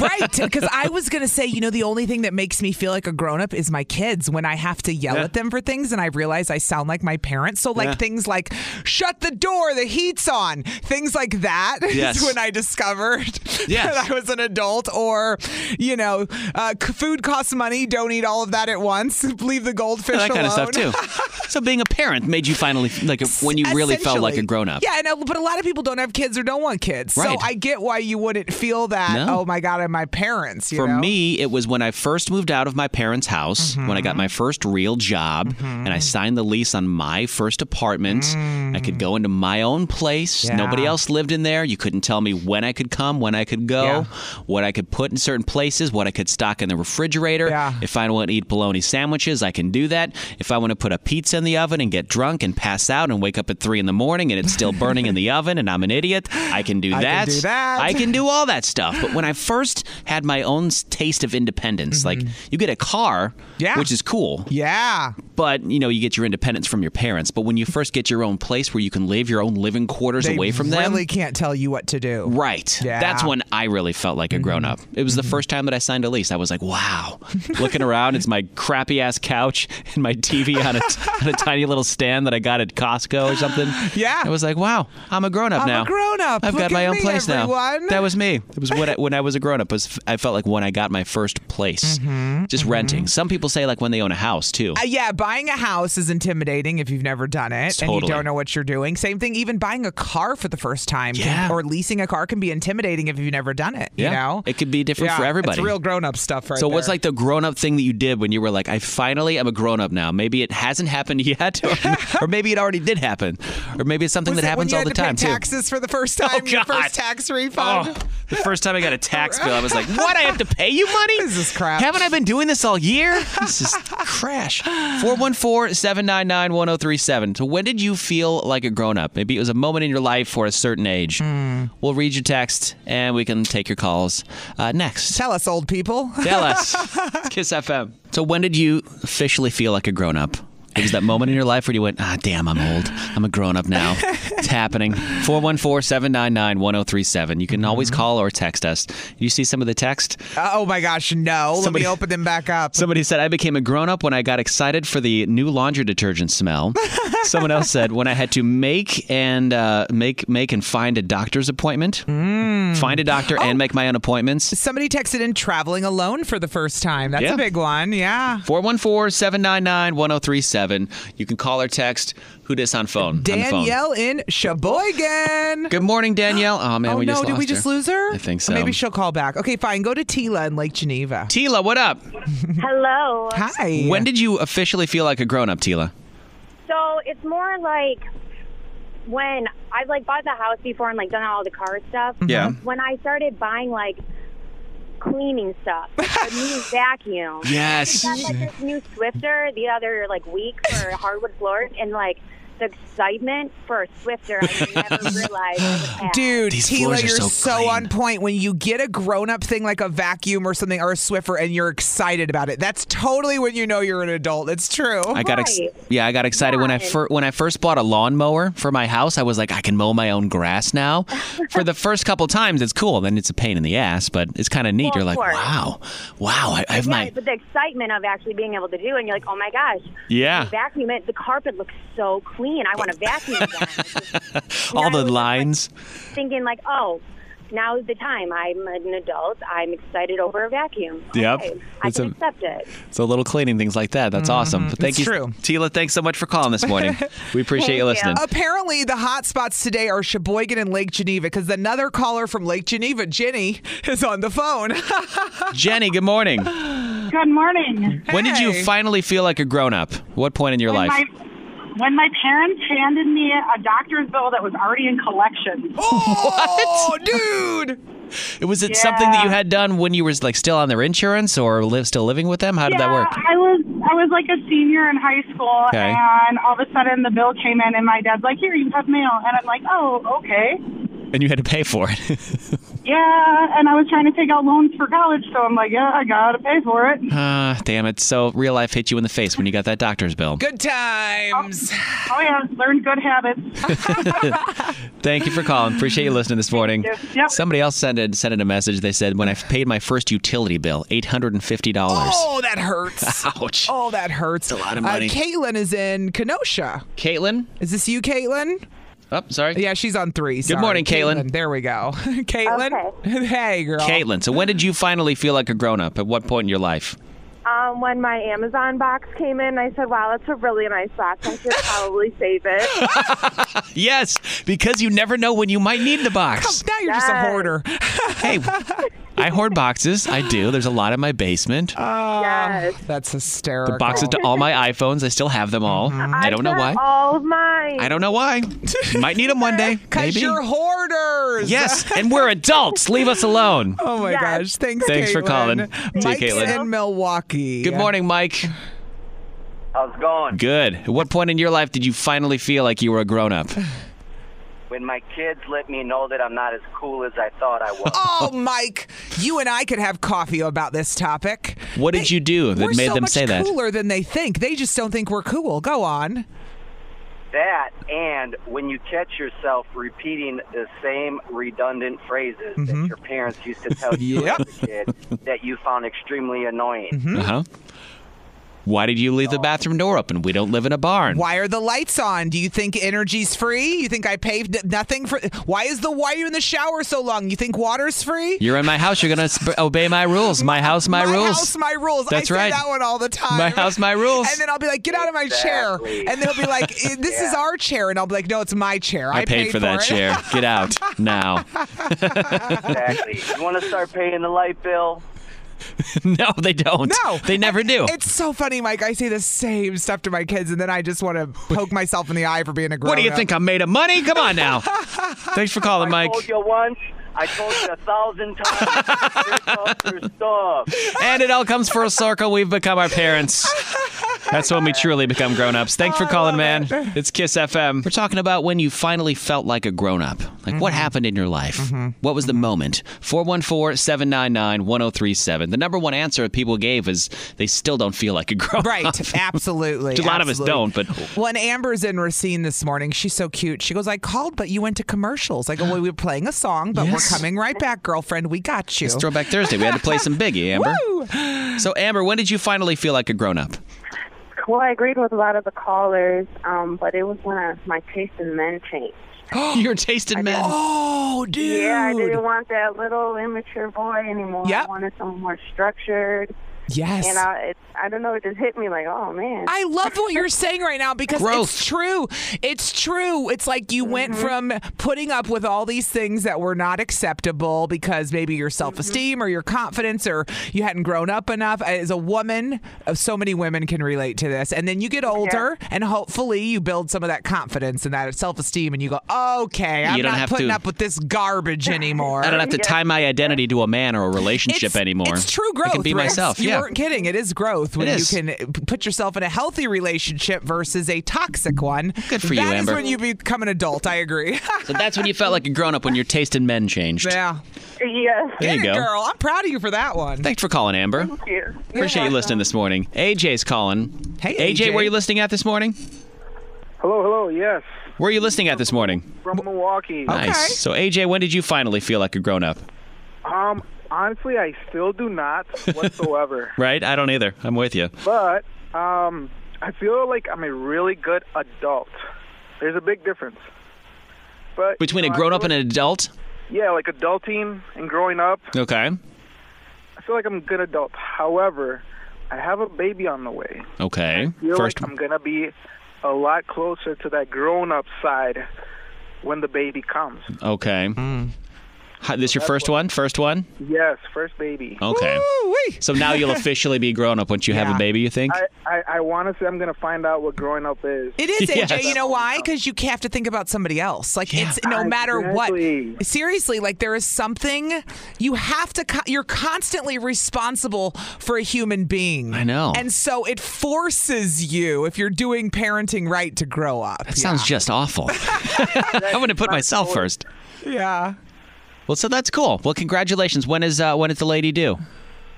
[SPEAKER 3] right because i was going to say you know the only thing that makes me feel like a grown-up is my kids when i have to yell
[SPEAKER 4] Yeah.
[SPEAKER 3] at them for things and i realize i sound like my parents so like
[SPEAKER 4] Yeah.
[SPEAKER 3] things like shut the door the heat's on things like that is
[SPEAKER 6] Yes.
[SPEAKER 3] when i discovered
[SPEAKER 6] Yes.
[SPEAKER 3] that i was an adult or you know uh, c- food costs money don't eat all of that at once leave the goldfish
[SPEAKER 4] that kind
[SPEAKER 3] alone
[SPEAKER 4] of stuff too. so being a parent made you finally like when you really felt like a
[SPEAKER 3] Essentially.
[SPEAKER 4] grown up.
[SPEAKER 3] Yeah, I know, but a lot of people don't have kids or don't want kids.
[SPEAKER 4] Right.
[SPEAKER 3] So I get why you wouldn't feel that,
[SPEAKER 4] No.
[SPEAKER 3] oh my God, I'm my parents. You
[SPEAKER 4] For
[SPEAKER 3] know?
[SPEAKER 4] me, it was when I first moved out of my parents' house, when I
[SPEAKER 3] Mm-hmm.
[SPEAKER 4] got my first real job, and I signed the lease on my first apartment. I could go into my own place.
[SPEAKER 3] Mm. Yeah.
[SPEAKER 4] Nobody else lived in there. You couldn't tell me when I could come, when I could go, what I could put in certain places, what I could stock in the refrigerator. If I want to eat bologna sandwiches, I can do that. If I want to put a pizza in the oven and get drunk and pass out and wake up at three in the morning and it's still burning in the oven and I'm an idiot, I can do
[SPEAKER 3] I can do that.
[SPEAKER 4] I can do all that stuff. But when I first had my own s- taste of independence, like you get a car,
[SPEAKER 3] Mm-hmm. Yeah.
[SPEAKER 4] which is cool.
[SPEAKER 3] Yeah.
[SPEAKER 4] But you know, you get your independence from your parents. But when you first get your own place where you can live your own living quarters
[SPEAKER 3] They
[SPEAKER 4] away from them,
[SPEAKER 3] really can't tell you what to do.
[SPEAKER 4] Right.
[SPEAKER 3] Yeah. Mm-hmm.
[SPEAKER 4] That's when I really felt like a grown up. It was the first time that I signed a lease. I was like, wow. Looking around, it's my crappy ass couch and my TV on a, on a tiny little stand that I got at Costco or something.
[SPEAKER 3] Yeah.
[SPEAKER 4] I was like, wow, I'm a grown up
[SPEAKER 3] I'm a
[SPEAKER 4] now.
[SPEAKER 3] grown-up.
[SPEAKER 4] I've
[SPEAKER 3] Look
[SPEAKER 4] got my
[SPEAKER 3] at
[SPEAKER 4] own
[SPEAKER 3] me,
[SPEAKER 4] place now.
[SPEAKER 3] everyone.
[SPEAKER 4] That was me. It was when I, when I was a grown up. I felt like when I got my first place,
[SPEAKER 3] Mm-hmm,
[SPEAKER 4] just renting. Some people say like when they own a house too.
[SPEAKER 3] Uh, yeah, buying a house is intimidating if you've never done it and you
[SPEAKER 4] Totally.
[SPEAKER 3] don't know what you're doing. Same thing, even buying a car for the first time can-
[SPEAKER 4] Yeah.
[SPEAKER 3] or leasing a car can be intimidating if you've never done it.
[SPEAKER 4] yeah.
[SPEAKER 3] You know?
[SPEAKER 4] It could be different
[SPEAKER 3] Yeah,
[SPEAKER 4] for everybody.
[SPEAKER 3] It's real grown up stuff right
[SPEAKER 4] so what's
[SPEAKER 3] there.
[SPEAKER 4] like the grown-up thing that you did when you were like i finally am a grown-up now maybe it hasn't happened yet or, or maybe it already did happen or maybe it's something
[SPEAKER 3] Was
[SPEAKER 4] that
[SPEAKER 3] it when
[SPEAKER 4] happens
[SPEAKER 3] you
[SPEAKER 4] all
[SPEAKER 3] had
[SPEAKER 4] the
[SPEAKER 3] to pay
[SPEAKER 4] time
[SPEAKER 3] taxes for the first
[SPEAKER 4] Oh,
[SPEAKER 3] time, your
[SPEAKER 4] God.
[SPEAKER 3] first tax
[SPEAKER 4] too oh,
[SPEAKER 3] refund.
[SPEAKER 4] the first time i got a tax bill i was like what i have to pay you money this is crap haven't i been doing this all year this is crash 414-799-1037 so when did you feel like a grown-up maybe it was a moment in your life or a certain age
[SPEAKER 3] Hmm.
[SPEAKER 4] we'll read your text and we can take your calls uh, next
[SPEAKER 3] Tell us, old people.
[SPEAKER 4] Tell us. Kiss FM. So when did you officially feel like a grown up? It was that moment in your life where you went, ah, damn, I'm old. I'm a grown up now. It's happening. 414 799 1037. You
[SPEAKER 3] Mm-hmm.
[SPEAKER 4] can always call or text us. You see some of the text?
[SPEAKER 3] oh my gosh, no.
[SPEAKER 4] Somebody-
[SPEAKER 3] Let me open them back up.
[SPEAKER 4] Somebody said, I became a grown up when I got excited for the new laundry detergent smell. Someone else said, when I had to make and uh, make, make and find a doctor's appointment, find a doctor and make my own appointments.
[SPEAKER 3] Hmm. Oh. Somebody texted in traveling alone for the first time. That's
[SPEAKER 4] Yeah.
[SPEAKER 3] a big one. Yeah.
[SPEAKER 4] 414 799 1037. You can call or text. Who dis on phone? on the phone.
[SPEAKER 3] Danielle in Sheboygan.
[SPEAKER 4] Good morning, Danielle. Oh, man,
[SPEAKER 3] oh,
[SPEAKER 4] we
[SPEAKER 3] no,
[SPEAKER 4] just
[SPEAKER 3] did we
[SPEAKER 4] lost
[SPEAKER 3] just lose her?
[SPEAKER 4] I think so.
[SPEAKER 3] Maybe she'll call back. Okay, fine. Go to Tila in Lake Geneva.
[SPEAKER 4] Tila, what up?
[SPEAKER 14] Hello.
[SPEAKER 3] Hi.
[SPEAKER 4] When did you officially feel like a grown up, Tila?
[SPEAKER 14] So it's more like when I've like bought the house before and like done all the car stuff.
[SPEAKER 4] Mm-hmm. Yeah.
[SPEAKER 14] When I started buying like cleaning stuff, like, the new vacuum.
[SPEAKER 4] Yes.
[SPEAKER 14] I got, like this new Swifter the other like week for hardwood floors and like the excitement for a Swifter I never realized I would have.
[SPEAKER 3] Dude,
[SPEAKER 14] These
[SPEAKER 3] Tila,
[SPEAKER 14] floors are
[SPEAKER 3] you're
[SPEAKER 14] so
[SPEAKER 3] so, on point. When you get a grown up thing like a vacuum or something or a Swiffer and you're excited about it, that's totally when you know you're an adult. It's true.
[SPEAKER 4] I got ex- yeah, I got excited when I fir- when I first bought a lawnmower for my house. I was like, I can mow my own grass now. for the first couple times, it's cool. Then it's a pain in the ass, but it's kind of neat.
[SPEAKER 14] Well,
[SPEAKER 4] You're
[SPEAKER 14] of
[SPEAKER 4] like,
[SPEAKER 14] course.
[SPEAKER 4] wow, wow, I, I have
[SPEAKER 14] yeah,
[SPEAKER 4] my
[SPEAKER 14] but the excitement of actually being able to do, it, and you're like, oh my gosh,
[SPEAKER 4] Yeah.
[SPEAKER 14] you vacuum it. The carpet looks so clean. I want to vacuum again.
[SPEAKER 4] all the lines.
[SPEAKER 14] Thinking like, oh, now's the time. I'm an adult. I'm excited over a vacuum.
[SPEAKER 4] Yep.
[SPEAKER 14] Okay, I
[SPEAKER 4] It's
[SPEAKER 14] can
[SPEAKER 4] a-
[SPEAKER 14] accept it.
[SPEAKER 4] So little cleaning things like that. That's awesome. But thank
[SPEAKER 3] Mm-hmm. It's
[SPEAKER 4] you,
[SPEAKER 3] true.
[SPEAKER 4] Tila. Thanks so much for calling this morning. We appreciate you listening.
[SPEAKER 3] Apparently, the hot spots today are Sheboygan and Lake Geneva because another caller from Lake Geneva, Jenny, is on the phone.
[SPEAKER 4] Jenny, good morning.
[SPEAKER 15] Good morning.
[SPEAKER 4] When did you finally feel like a grown up? What point in your
[SPEAKER 15] when
[SPEAKER 4] life?
[SPEAKER 15] My, when my parents handed me a doctor's bill that was already in collection.
[SPEAKER 3] Oh, dude! dude.
[SPEAKER 4] Was it something that you
[SPEAKER 15] Yeah.
[SPEAKER 4] had done when you were like still on their insurance or live still living with them? How did that
[SPEAKER 15] Yeah,
[SPEAKER 4] work?
[SPEAKER 15] I was I was like a senior in high school,
[SPEAKER 4] Okay.
[SPEAKER 15] and all of a sudden the bill came in, and my dad's like, "Here, you have mail," and I'm like, "Oh, okay."
[SPEAKER 4] And you had to pay for it.
[SPEAKER 15] Yeah, and I was trying to take out loans for college, so I'm like, "Yeah, I gotta pay for it."
[SPEAKER 4] Ah, damn it. So real life hit you in the face when you got that doctor's bill.
[SPEAKER 3] Good times.
[SPEAKER 15] Oh, yeah, learned good habits.
[SPEAKER 4] Thank you for calling. Appreciate you listening this morning.
[SPEAKER 15] you. Yep.
[SPEAKER 4] Somebody else sent it, sent in a message. They said, When I paid my first utility bill, $850.
[SPEAKER 3] Oh, that hurts.
[SPEAKER 4] Ouch.
[SPEAKER 3] Oh, that hurts. a lot
[SPEAKER 4] of money.
[SPEAKER 3] Uh, Caitlin is in Kenosha.
[SPEAKER 4] Caitlin?
[SPEAKER 3] Is this you, Caitlin?
[SPEAKER 4] Oh, sorry.
[SPEAKER 3] Yeah, she's on three.
[SPEAKER 4] Good morning, Caitlin.
[SPEAKER 3] There we go. Caitlin? Hey, girl.
[SPEAKER 4] Caitlin, so when did you finally feel like a grown up? At what point in your life?
[SPEAKER 6] Um, when my Amazon box came in, I said, "Wow, that's a really nice box. I should probably save it."
[SPEAKER 4] Yes, because you never know when you might need the box.
[SPEAKER 3] Now you're just a hoarder.
[SPEAKER 4] hey, I hoard boxes. I do. There's a lot in my basement.
[SPEAKER 3] yes. Ah, That's hysterical.
[SPEAKER 4] the boxes to all my iPhones. I still have them all.
[SPEAKER 3] Mm-hmm.
[SPEAKER 4] I don't know why.
[SPEAKER 6] All of mine.
[SPEAKER 4] I don't know why. Might need them one day.
[SPEAKER 3] Because
[SPEAKER 4] Maybe.
[SPEAKER 3] you're hoarders.
[SPEAKER 4] yes, and we're adults. Leave us alone.
[SPEAKER 3] Oh my gosh. Thanks,
[SPEAKER 4] Thanks for
[SPEAKER 3] Caitlin.
[SPEAKER 4] calling. See you,
[SPEAKER 3] Mike's
[SPEAKER 4] Caitlin.
[SPEAKER 3] in Milwaukee.
[SPEAKER 4] Good morning, Mike.
[SPEAKER 16] How's it going?
[SPEAKER 4] Good. At what point in your life did you finally feel like you were a grown up?
[SPEAKER 16] When my kids let me know that I'm not as cool as I thought I was.
[SPEAKER 3] Oh, Mike, you and I could have coffee about this topic.
[SPEAKER 4] What did you do that
[SPEAKER 3] we're
[SPEAKER 4] made
[SPEAKER 3] so
[SPEAKER 4] them
[SPEAKER 3] much
[SPEAKER 4] say that?
[SPEAKER 3] cooler than they think. They just don't think we're cool. Go on.
[SPEAKER 16] that and when you catch yourself repeating the same redundant phrases that your parents used to tell you
[SPEAKER 4] Mm-hmm. Yep.
[SPEAKER 16] as a kid that you found extremely annoying.
[SPEAKER 3] Mm-hmm.
[SPEAKER 4] Uh huh. Why did you leave the bathroom door open? We don't live in a barn.
[SPEAKER 3] Oh. Why are the lights on? Do you think energy's free? You think I paid n- nothing for? Why is the why are you in the shower so long? You think water's free?
[SPEAKER 4] You're in my house. You're gonna sp- obey my rules. My house, my, rules.
[SPEAKER 3] House my rules.
[SPEAKER 4] That's
[SPEAKER 3] I say
[SPEAKER 4] right.
[SPEAKER 3] that one all the time.
[SPEAKER 4] My house, my rules.
[SPEAKER 3] And then I'll be like, get out of my chair.
[SPEAKER 4] Exactly.
[SPEAKER 3] And they'll be like, "Eh, this is our chair. And I'll be like, no, it's my chair. I,
[SPEAKER 4] I paid for that
[SPEAKER 3] it."
[SPEAKER 4] chair. Get out now.
[SPEAKER 16] Exactly. You want to start paying the light bill?
[SPEAKER 4] no, they don't.
[SPEAKER 3] No,
[SPEAKER 4] they never do.
[SPEAKER 3] It's so funny, Mike. I say the same stuff to my kids, and then I just want to poke myself in the eye for being a grown
[SPEAKER 4] What do you think? I'm made of money? Come on now. Thanks for calling,
[SPEAKER 16] I
[SPEAKER 4] Mike.
[SPEAKER 16] told you once. I told you a thousand times. Here comes your stuff.
[SPEAKER 4] And it all comes full circle. We've become our parents. That's when we truly become grown ups. Thanks for calling, man. It's Kiss FM. We're talking about when you finally felt like a grown up. Like
[SPEAKER 3] Mm-hmm.
[SPEAKER 4] what happened in your life? What was the moment? 414 799 1037. The number one answer people gave is they still don't feel like a grown up.
[SPEAKER 3] Right, absolutely.
[SPEAKER 4] a lot of us
[SPEAKER 3] absolutely.
[SPEAKER 4] don't, but
[SPEAKER 3] When Amber's in Racine this morning, she's so cute. She goes, I called, but you went to commercials. I go, Well, we were playing a song, but
[SPEAKER 4] Yes.
[SPEAKER 3] we're coming right back, girlfriend. We got you.
[SPEAKER 4] it's Throwback Thursday. We had to play some Biggie, Amber. So, Amber, when did you finally feel like a grown up?
[SPEAKER 17] Well, I agreed with a lot of the callers, um, but it was when I, my taste in men changed.
[SPEAKER 4] Your taste in men.
[SPEAKER 3] Oh, dude.
[SPEAKER 17] Yeah, I didn't want that little immature boy anymore. I wanted someone more structured.
[SPEAKER 3] Yes.
[SPEAKER 17] And I, it, I don't know, it just hit me like, oh, man.
[SPEAKER 3] I love what you're saying right now because it's true. It's true. It's like you went from putting up with all these things that were not acceptable because maybe your self esteem or your confidence or you hadn't grown up enough. As a woman, uh, so many women can relate to this. And then you get older and hopefully you build some of that confidence and that self esteem and you go, okay, I'm
[SPEAKER 4] You don't
[SPEAKER 3] not
[SPEAKER 4] have
[SPEAKER 3] putting
[SPEAKER 4] to-
[SPEAKER 3] up with this garbage anymore.
[SPEAKER 4] I don't have to tie my identity to a man or a relationship anymore.
[SPEAKER 3] It's true growth.
[SPEAKER 4] I can be
[SPEAKER 3] Rex.
[SPEAKER 4] myself.
[SPEAKER 3] You
[SPEAKER 4] yeah.
[SPEAKER 3] weren't kidding. It is growth when
[SPEAKER 4] It
[SPEAKER 3] you
[SPEAKER 4] is.
[SPEAKER 3] can uh, p- put yourself in a healthy relationship versus a toxic one. Good
[SPEAKER 4] for you, Amber.
[SPEAKER 3] when you become an adult. I agree.
[SPEAKER 4] So that's when you felt like a grown up when your taste in men changed.
[SPEAKER 3] yeah.
[SPEAKER 17] Yeah.
[SPEAKER 4] There you
[SPEAKER 3] Get it,
[SPEAKER 4] go.
[SPEAKER 3] girl. I'm proud of you for that one.
[SPEAKER 4] Thanks for calling, Amber.
[SPEAKER 17] you.
[SPEAKER 4] Appreciate you listening this morning. AJ's calling. Hey, AJ, where are you listening at this morning?
[SPEAKER 18] Hello, hello. Yes,
[SPEAKER 4] Where are you listening at this morning?
[SPEAKER 18] from Milwaukee.
[SPEAKER 4] Nice. So, AJ, when did you finally feel like a grown up?
[SPEAKER 18] Um, honestly, I still do not whatsoever.
[SPEAKER 4] Right? I don't either. I'm with you.
[SPEAKER 18] but um, I feel like I'm a really good adult. There's a big difference. But
[SPEAKER 4] Between
[SPEAKER 18] you
[SPEAKER 4] a
[SPEAKER 18] know, I
[SPEAKER 4] grown up
[SPEAKER 18] feel
[SPEAKER 4] and an adult?
[SPEAKER 18] like- yeah, like adulting and growing up,
[SPEAKER 4] Okay.
[SPEAKER 18] I feel like I'm a good adult. However, I have a baby on the way.
[SPEAKER 4] Okay.
[SPEAKER 18] feel
[SPEAKER 4] First,
[SPEAKER 18] like I'm gonna be a lot
[SPEAKER 3] Mm.
[SPEAKER 18] closer to that grown up side when the baby comes.
[SPEAKER 4] okay. Hi, this your first one? First one?
[SPEAKER 18] Yes, first baby.
[SPEAKER 4] Okay. So now you'll officially be grown up once you have a baby, you think?
[SPEAKER 18] I, I, I want to say I'm going to find out what growing up is.
[SPEAKER 3] It is, AJ.
[SPEAKER 18] Yes.
[SPEAKER 3] You know why? Because you have to think about somebody else. Like it's no matter what. Seriously, like there is something you have to. Co- you're constantly responsible for a human being. I
[SPEAKER 4] know.
[SPEAKER 3] And so it forces you, if you're doing parenting right, to grow up.
[SPEAKER 4] That sounds just awful. I'm going to put myself first.
[SPEAKER 3] Yeah.
[SPEAKER 4] Well, so that's cool. Well, congratulations. When is uh, when is the lady due?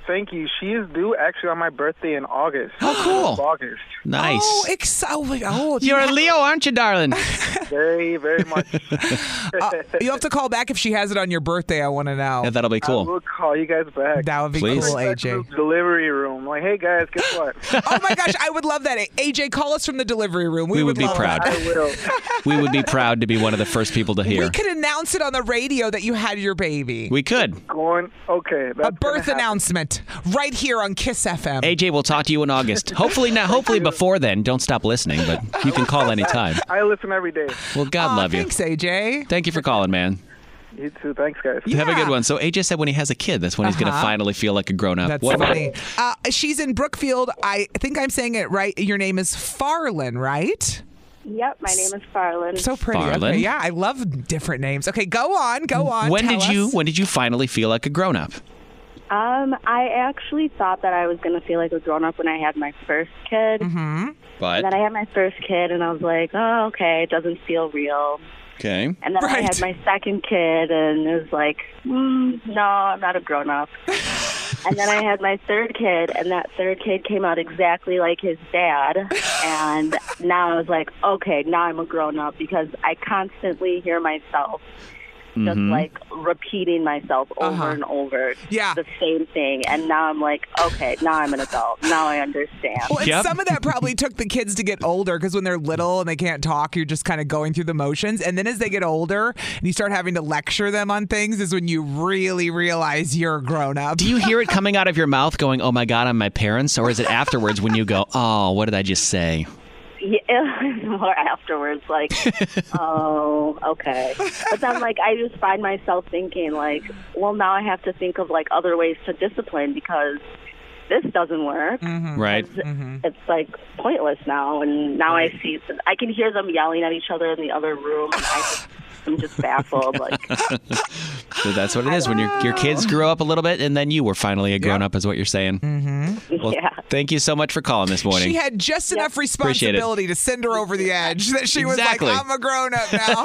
[SPEAKER 18] Thank you. She is due actually on my birthday in August.
[SPEAKER 4] Oh, cool.
[SPEAKER 18] August.
[SPEAKER 4] Nice.
[SPEAKER 3] Oh, ex- oh, my- oh,
[SPEAKER 4] You're a Leo, aren't you, darling?
[SPEAKER 18] very, very much.
[SPEAKER 3] Uh, you have to call back if she has it on your birthday. I want to know.
[SPEAKER 4] Yeah, that'll be
[SPEAKER 18] I will call you guys back.
[SPEAKER 3] That would be
[SPEAKER 4] Please.
[SPEAKER 3] cool,
[SPEAKER 18] Back
[SPEAKER 3] AJ.
[SPEAKER 18] to the Delivery room. Like, hey guys, guess what?
[SPEAKER 3] oh my gosh, I would love that. AJ, call us from the delivery room. We,
[SPEAKER 4] We would
[SPEAKER 3] would
[SPEAKER 4] be
[SPEAKER 3] love
[SPEAKER 4] proud.
[SPEAKER 3] that.
[SPEAKER 4] I We would be proud to be one of the first people to hear.
[SPEAKER 3] We could announce it on the radio that you had your baby.
[SPEAKER 4] We could.
[SPEAKER 18] Going okay.
[SPEAKER 3] A birth announcement right here on Kiss FM.
[SPEAKER 4] AJ, we'll talk to you in August. Hopefully now. Hopefully before then. Don't stop listening, but you can call anytime.
[SPEAKER 18] I listen every day.
[SPEAKER 4] Well, God love you.
[SPEAKER 3] Thanks, AJ.
[SPEAKER 4] Thank you for calling, man.
[SPEAKER 18] You too. Thanks, guys.
[SPEAKER 4] Have a good one. So AJ said when he has a kid, that's when he's going
[SPEAKER 3] Uh-huh.
[SPEAKER 4] to finally feel like a grown up.
[SPEAKER 3] That's funny. Uh, she's in Brookfield. I think I'm saying it right. Your name is Farlin, right?
[SPEAKER 19] Yep, my name is Farland.
[SPEAKER 3] So pretty.
[SPEAKER 4] Farlin.
[SPEAKER 3] Okay, yeah, I love different names. Okay, go on, go on.
[SPEAKER 4] When
[SPEAKER 3] tell
[SPEAKER 4] did you
[SPEAKER 3] us.
[SPEAKER 4] when did you finally feel like a grown up?
[SPEAKER 19] Um, I actually thought that I was gonna feel like a grown up when I had my first kid. Mm-hmm. And
[SPEAKER 4] But
[SPEAKER 19] then I had my first kid, and I was like, oh, okay, it doesn't feel real.
[SPEAKER 4] okay.
[SPEAKER 19] And then I had my second kid, and it was like, mm, no, I'm not a grown up. and then I had my third kid, and that third kid came out exactly like his dad. And now I was like, okay, now I'm a grown up because I constantly hear myself just
[SPEAKER 20] Mhm.
[SPEAKER 4] Mm-hmm.
[SPEAKER 19] like repeating myself over and over yeah. the same thing. And now I'm like, okay, now I'm an adult. Now I understand.
[SPEAKER 3] Well, and some of that probably took the kids to get older because when they're little and they can't talk, you're just kind of going through the motions. And then as they get older and you start having to lecture them on things, is when you really realize you're a grown up.
[SPEAKER 4] Do you hear it coming out of your mouth going, "Oh my god, I'm my parents," or is it afterwards when you go, "Oh, what did I just say?"
[SPEAKER 19] Yeah, it was more afterwards, like, oh, okay. But then, like, I just find myself thinking, like, well, now I have to think of like other ways to discipline because this doesn't work.
[SPEAKER 4] Right?
[SPEAKER 19] It's like pointless now, and now I see, I can hear them yelling at each other in the other room, and I just, I'm just baffled. Like,
[SPEAKER 4] So that's what it is when your your kids grew up a little bit and then you were finally a grown up is what you're saying. Mm-hmm. Well,
[SPEAKER 19] Yeah.
[SPEAKER 4] thank you so much for calling this morning.
[SPEAKER 3] She had just enough
[SPEAKER 4] Appreciate it.
[SPEAKER 3] responsibility to send her over the edge that she
[SPEAKER 4] Exactly.
[SPEAKER 3] was like, I'm a grown up now.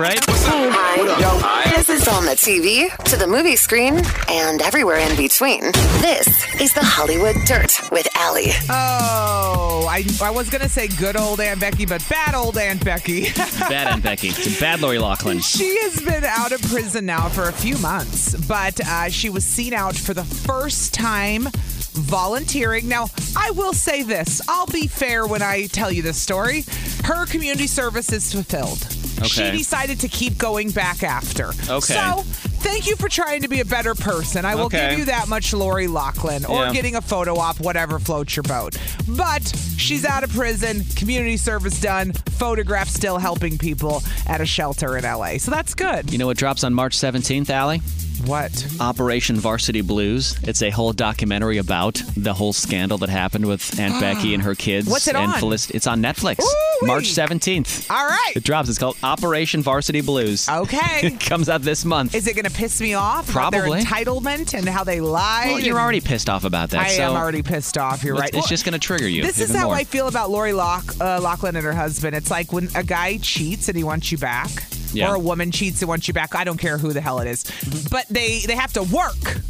[SPEAKER 4] right?
[SPEAKER 2] Hi. This is on the TV, to the movie screen, and everywhere in between. This is the Hollywood Dirt with Allie.
[SPEAKER 3] Oh, I, I was going to say good old Aunt Becky, but bad old Aunt Becky.
[SPEAKER 4] bad Aunt Becky. It's a bad Lori Laughlin.
[SPEAKER 3] She has been out of prison now for a few months, but uh, she was seen out for the first time volunteering. Now, I will say this I'll be fair when I tell you this story. Her community service is fulfilled. She
[SPEAKER 4] Okay.
[SPEAKER 3] decided to keep going back after.
[SPEAKER 4] Okay.
[SPEAKER 3] So, thank you for trying to be a better person. I will
[SPEAKER 4] Okay.
[SPEAKER 3] give you that much, Lori Lachlan, or
[SPEAKER 4] Yeah.
[SPEAKER 3] getting a photo op, whatever floats your boat. But she's out of prison, community service done, photograph still helping people at a shelter in LA. So that's good.
[SPEAKER 4] You know what drops on March 17th, Allie?
[SPEAKER 3] What?
[SPEAKER 4] Operation Varsity Blues. It's a whole documentary about the whole scandal that happened with Aunt Becky and her kids.
[SPEAKER 3] What's it
[SPEAKER 4] and
[SPEAKER 3] on?
[SPEAKER 4] Felicity. It's on Netflix. March 17th.
[SPEAKER 3] All right.
[SPEAKER 4] It drops. It's called Operation Varsity Blues.
[SPEAKER 3] Okay.
[SPEAKER 4] it comes out this month.
[SPEAKER 3] Is it going to piss me off? about
[SPEAKER 4] Probably.
[SPEAKER 3] Their entitlement and how they lie.
[SPEAKER 4] well, you're already pissed off about that.
[SPEAKER 3] I
[SPEAKER 4] so
[SPEAKER 3] am already pissed off. You're
[SPEAKER 4] it's-
[SPEAKER 3] right.
[SPEAKER 4] It's
[SPEAKER 3] Well,
[SPEAKER 4] just going to trigger you.
[SPEAKER 3] This is
[SPEAKER 4] even
[SPEAKER 3] how
[SPEAKER 4] more.
[SPEAKER 3] I feel about Lori Lock, uh, Lachlan and her husband. It's like when a guy cheats and he wants you back,
[SPEAKER 4] Yeah.
[SPEAKER 3] or a woman cheats and wants you back. I don't care who the hell it is, but they they have to work.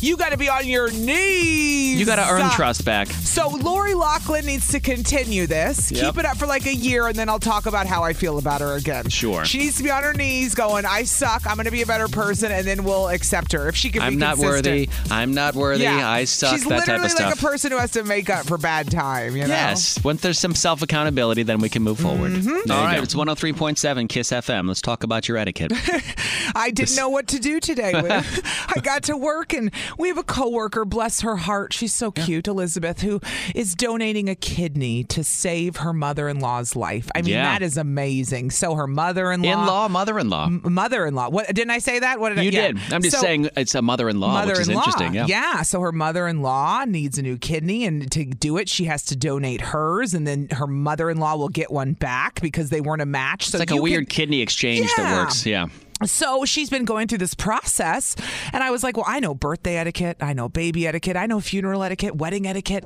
[SPEAKER 3] You got to be on your knees.
[SPEAKER 4] You got to earn trust back.
[SPEAKER 3] So Lori Lachlan needs to continue this.
[SPEAKER 4] Yep.
[SPEAKER 3] Keep it up for like a year, and then I'll talk about how I feel about her again.
[SPEAKER 4] Sure.
[SPEAKER 3] She needs to be on her knees, going, "I suck. I'm going to be a better person," and then we'll accept her if she can.
[SPEAKER 4] I'm
[SPEAKER 3] be
[SPEAKER 4] not
[SPEAKER 3] consistent.
[SPEAKER 4] worthy. I'm not worthy.
[SPEAKER 3] Yeah.
[SPEAKER 4] I suck.
[SPEAKER 3] She's
[SPEAKER 4] that type
[SPEAKER 3] literally
[SPEAKER 4] of stuff.
[SPEAKER 3] like a person who has to make up for bad time. You know.
[SPEAKER 4] Yes. Once there's some self accountability, then we can move forward.
[SPEAKER 3] Mm-hmm.
[SPEAKER 4] All right. It's 103.7 Kiss FM. Let's talk about your etiquette.
[SPEAKER 3] I didn't know what to do today. Lou. I got to work and We have a coworker, bless her heart, she's so cute, Elizabeth, who is donating a kidney to save her mother-in-law's life. I mean,
[SPEAKER 4] Yeah.
[SPEAKER 3] that is amazing. So her mother-in-law,
[SPEAKER 4] In-law, mother-in-law.
[SPEAKER 3] M- mother-in-law. What didn't I say that? What did I,
[SPEAKER 4] You
[SPEAKER 3] yeah.
[SPEAKER 4] did. I'm just
[SPEAKER 3] So-
[SPEAKER 4] saying it's a mother-in-law, which is interesting. Yeah.
[SPEAKER 3] So her mother-in-law needs a new kidney, and to do it, she has to donate hers, and then her mother-in-law will get one back because they weren't a match.
[SPEAKER 4] It's
[SPEAKER 3] so
[SPEAKER 4] like
[SPEAKER 3] you
[SPEAKER 4] a
[SPEAKER 3] can-
[SPEAKER 4] weird kidney exchange
[SPEAKER 3] Yeah.
[SPEAKER 4] that works. Yeah.
[SPEAKER 3] so she's been going through this process, and I was like, Well, I know birthday etiquette, I know baby etiquette, I know funeral etiquette, wedding etiquette.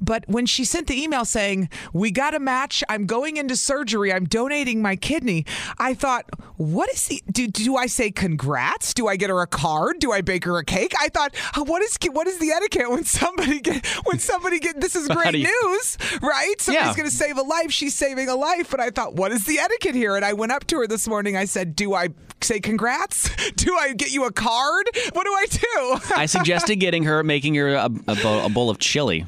[SPEAKER 3] But when she sent the email saying, We got a match, I'm going into surgery, I'm donating my kidney, I thought, What is the do, do I say congrats? Do I get her a card? Do I bake her a cake? I thought, what is what is the etiquette when somebody get when somebody get this is
[SPEAKER 4] How
[SPEAKER 3] great
[SPEAKER 4] do you-
[SPEAKER 3] news, right? Somebody's
[SPEAKER 4] Yeah.
[SPEAKER 3] gonna save a life. She's saving a life. But I thought, what is the etiquette here? And I went up to her this morning. I said, Do I say congrats? Do I get you a card? What do I do?
[SPEAKER 4] I suggested getting her, making her a, a, bo- a bowl of chili,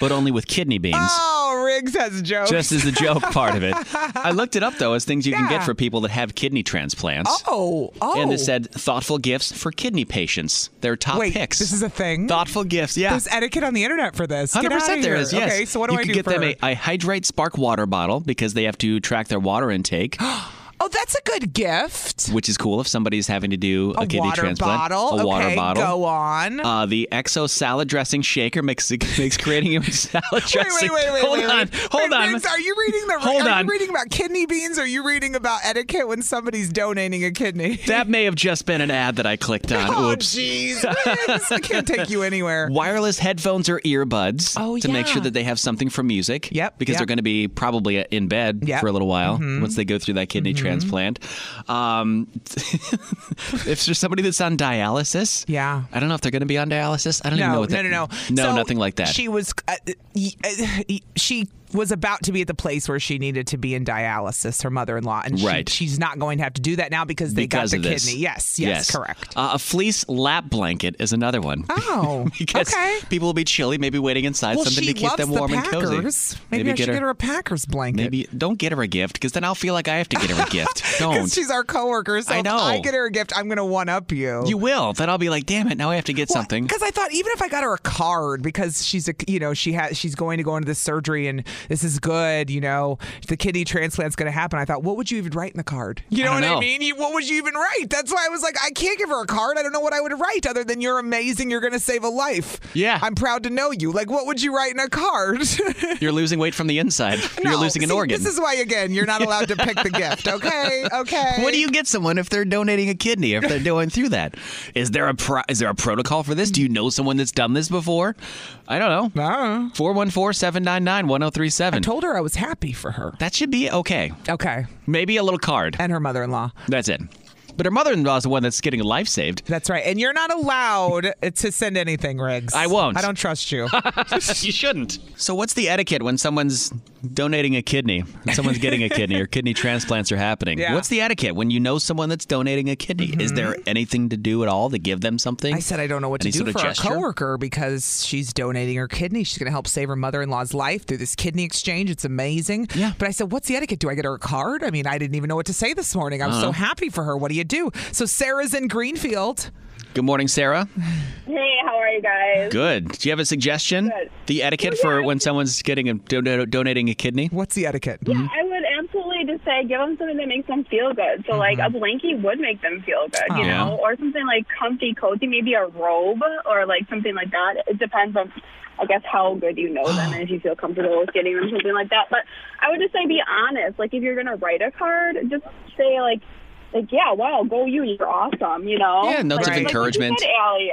[SPEAKER 4] but only with kidney beans.
[SPEAKER 3] Oh, Riggs has jokes.
[SPEAKER 4] Just as the joke part of it. I looked it up though as things you can
[SPEAKER 3] Yeah.
[SPEAKER 4] get for people that have kidney transplants.
[SPEAKER 3] Oh, oh.
[SPEAKER 4] And it said thoughtful gifts for kidney patients. Their top
[SPEAKER 3] Wait,
[SPEAKER 4] picks.
[SPEAKER 3] this is a thing.
[SPEAKER 4] Thoughtful gifts, yeah.
[SPEAKER 3] There's etiquette on the internet for this. Get
[SPEAKER 4] Hundred
[SPEAKER 3] outta
[SPEAKER 4] percent, there
[SPEAKER 3] here.
[SPEAKER 4] is. Yes.
[SPEAKER 3] Okay, so what do
[SPEAKER 4] you
[SPEAKER 3] I
[SPEAKER 4] could
[SPEAKER 3] do
[SPEAKER 4] get
[SPEAKER 3] for
[SPEAKER 4] them
[SPEAKER 3] her?
[SPEAKER 4] a, a hydrate spark water bottle because they have to track their water intake,
[SPEAKER 3] Oh, that's a good gift.
[SPEAKER 4] which is cool if somebody's having to do a,
[SPEAKER 3] A
[SPEAKER 4] kidney
[SPEAKER 3] water
[SPEAKER 4] transplant.
[SPEAKER 3] bottle.
[SPEAKER 4] A water
[SPEAKER 3] Okay,
[SPEAKER 4] bottle.
[SPEAKER 3] go on.
[SPEAKER 4] Uh, the exo salad dressing shaker makes makes creating your salad dressing.
[SPEAKER 3] Wait, wait, wait,
[SPEAKER 4] hold
[SPEAKER 3] wait,
[SPEAKER 4] on,
[SPEAKER 3] wait.
[SPEAKER 4] hold
[SPEAKER 3] Wait,
[SPEAKER 4] on.
[SPEAKER 3] Riggs, are you reading the?
[SPEAKER 4] Hold
[SPEAKER 3] are
[SPEAKER 4] on.
[SPEAKER 3] you reading about kidney beans? Or are you reading about etiquette when somebody's donating a kidney?
[SPEAKER 4] That may have just been an ad that I clicked on.
[SPEAKER 3] Oh,
[SPEAKER 4] Oops.
[SPEAKER 3] jeez, Riggs, I can't take you anywhere. Oh,
[SPEAKER 4] Wireless headphones or earbuds to make sure
[SPEAKER 3] yeah.
[SPEAKER 4] that they have something for music. Yep. Because
[SPEAKER 3] yep.
[SPEAKER 4] they're going to be probably in bed
[SPEAKER 3] Yep.
[SPEAKER 4] for a little while
[SPEAKER 3] Mhm.
[SPEAKER 4] once they go through that kidney
[SPEAKER 3] Mhm.
[SPEAKER 4] transplant. Um, if there's somebody that's on dialysis,
[SPEAKER 3] yeah.
[SPEAKER 4] I don't know if they're going to be on dialysis. I don't even know what
[SPEAKER 3] no,
[SPEAKER 4] that.
[SPEAKER 3] no, no,
[SPEAKER 4] no,
[SPEAKER 3] So
[SPEAKER 4] nothing like that.
[SPEAKER 3] She was, uh, y- uh, she was about to be at the place where she needed to be in dialysis. Her mother-in-law, and she-
[SPEAKER 4] Right.
[SPEAKER 3] she's not going to have to do that now because they
[SPEAKER 4] because
[SPEAKER 3] got the
[SPEAKER 4] of this.
[SPEAKER 3] kidney. Yes, yes, correct.
[SPEAKER 4] Uh, a fleece lap blanket is another one.
[SPEAKER 3] Oh,
[SPEAKER 4] because
[SPEAKER 3] okay.
[SPEAKER 4] people will be chilly, maybe waiting inside
[SPEAKER 3] well,
[SPEAKER 4] something
[SPEAKER 3] she
[SPEAKER 4] to keep
[SPEAKER 3] loves
[SPEAKER 4] them
[SPEAKER 3] the
[SPEAKER 4] warm and cozy.
[SPEAKER 3] Packers. Maybe, I should get her a Packers blanket.
[SPEAKER 4] Maybe don't get her a gift because then I'll feel like I have to get her a gift. Don't.
[SPEAKER 3] Because she's our coworker, so
[SPEAKER 4] I know.
[SPEAKER 3] if I get her a gift, I'm going to one up you.
[SPEAKER 4] you will. Then I'll be like, damn it, now I have to get something.
[SPEAKER 3] Because I thought even if I got her a card, because she's a you know she has she's going to go into this surgery and this is good, you know the kidney transplant's going to happen. I thought, what would you even write in the card? You know
[SPEAKER 4] I
[SPEAKER 3] what
[SPEAKER 4] don't
[SPEAKER 3] I
[SPEAKER 4] know.
[SPEAKER 3] mean? You, what would you even write? That's why I was like, I can't give her a card. I don't know what I would write other than you're amazing. You're going to save a life.
[SPEAKER 4] Yeah.
[SPEAKER 3] I'm proud to know you. Like, what would you write in a card?
[SPEAKER 4] You're losing weight from the inside. You're
[SPEAKER 3] No,
[SPEAKER 4] losing an
[SPEAKER 3] see,
[SPEAKER 4] organ.
[SPEAKER 3] This is why again you're not allowed to pick the gift. Okay, okay.
[SPEAKER 4] What do you get someone if they're donating a kidney? If they're going through that, is there a pro- is there a protocol for this? Do you know someone that's done this before? I don't
[SPEAKER 3] know.
[SPEAKER 4] 414-799-1037. I
[SPEAKER 3] told her I was happy for her.
[SPEAKER 4] oh That should be okay.
[SPEAKER 3] Okay.
[SPEAKER 4] Maybe a little card.
[SPEAKER 3] And her mother-in-law.
[SPEAKER 4] That's it. But her mother-in-law is the one that's getting life saved.
[SPEAKER 3] That's right. And you're not allowed to send anything, Riggs. I
[SPEAKER 4] won't.
[SPEAKER 3] I don't trust you.
[SPEAKER 4] you shouldn't. So what's the etiquette when someone's donating a kidney? When someone's getting a kidney or kidney transplants are happening.
[SPEAKER 3] Yeah. Mm-hmm.
[SPEAKER 4] What's the etiquette when you know someone that's donating a kidney? Is there anything to do at all to give them something?
[SPEAKER 3] I said I don't know what
[SPEAKER 4] Any
[SPEAKER 3] to do
[SPEAKER 4] sort of
[SPEAKER 3] for
[SPEAKER 4] gesture?
[SPEAKER 3] our coworker because she's donating her kidney. She's going to help save her mother-in-law's life through this kidney exchange. It's amazing. Yeah. But I said, what's the etiquette? Do I get her a card? I mean, I didn't even know what to say this morning. I'm
[SPEAKER 4] Uh-huh.
[SPEAKER 3] so happy for her. What do you do? So Sarah's in Greenfield.
[SPEAKER 4] Good morning, Sarah.
[SPEAKER 21] Hey, how are you guys?
[SPEAKER 4] Good. Do you have a suggestion?
[SPEAKER 21] Good.
[SPEAKER 4] The etiquette for when someone's getting a don- donating a kidney?
[SPEAKER 3] What's the etiquette?
[SPEAKER 21] Yeah, I would absolutely just say give them something that makes them feel good. So, like,
[SPEAKER 4] Mm-hmm.
[SPEAKER 21] a blankie would make them feel good, you
[SPEAKER 4] Oh.
[SPEAKER 20] Yeah.
[SPEAKER 21] know, or something like comfy, cozy, maybe a robe or like something like that. It depends on, I guess, how good you know them and if you feel comfortable with getting them something like that. But I would just say be honest. Like, if you're going to write a card, just say, like, like, yeah, wow, go you, you're awesome, you know?
[SPEAKER 4] Yeah,
[SPEAKER 21] Like- like
[SPEAKER 4] notes of
[SPEAKER 21] you said,
[SPEAKER 4] encouragement.
[SPEAKER 21] Allie.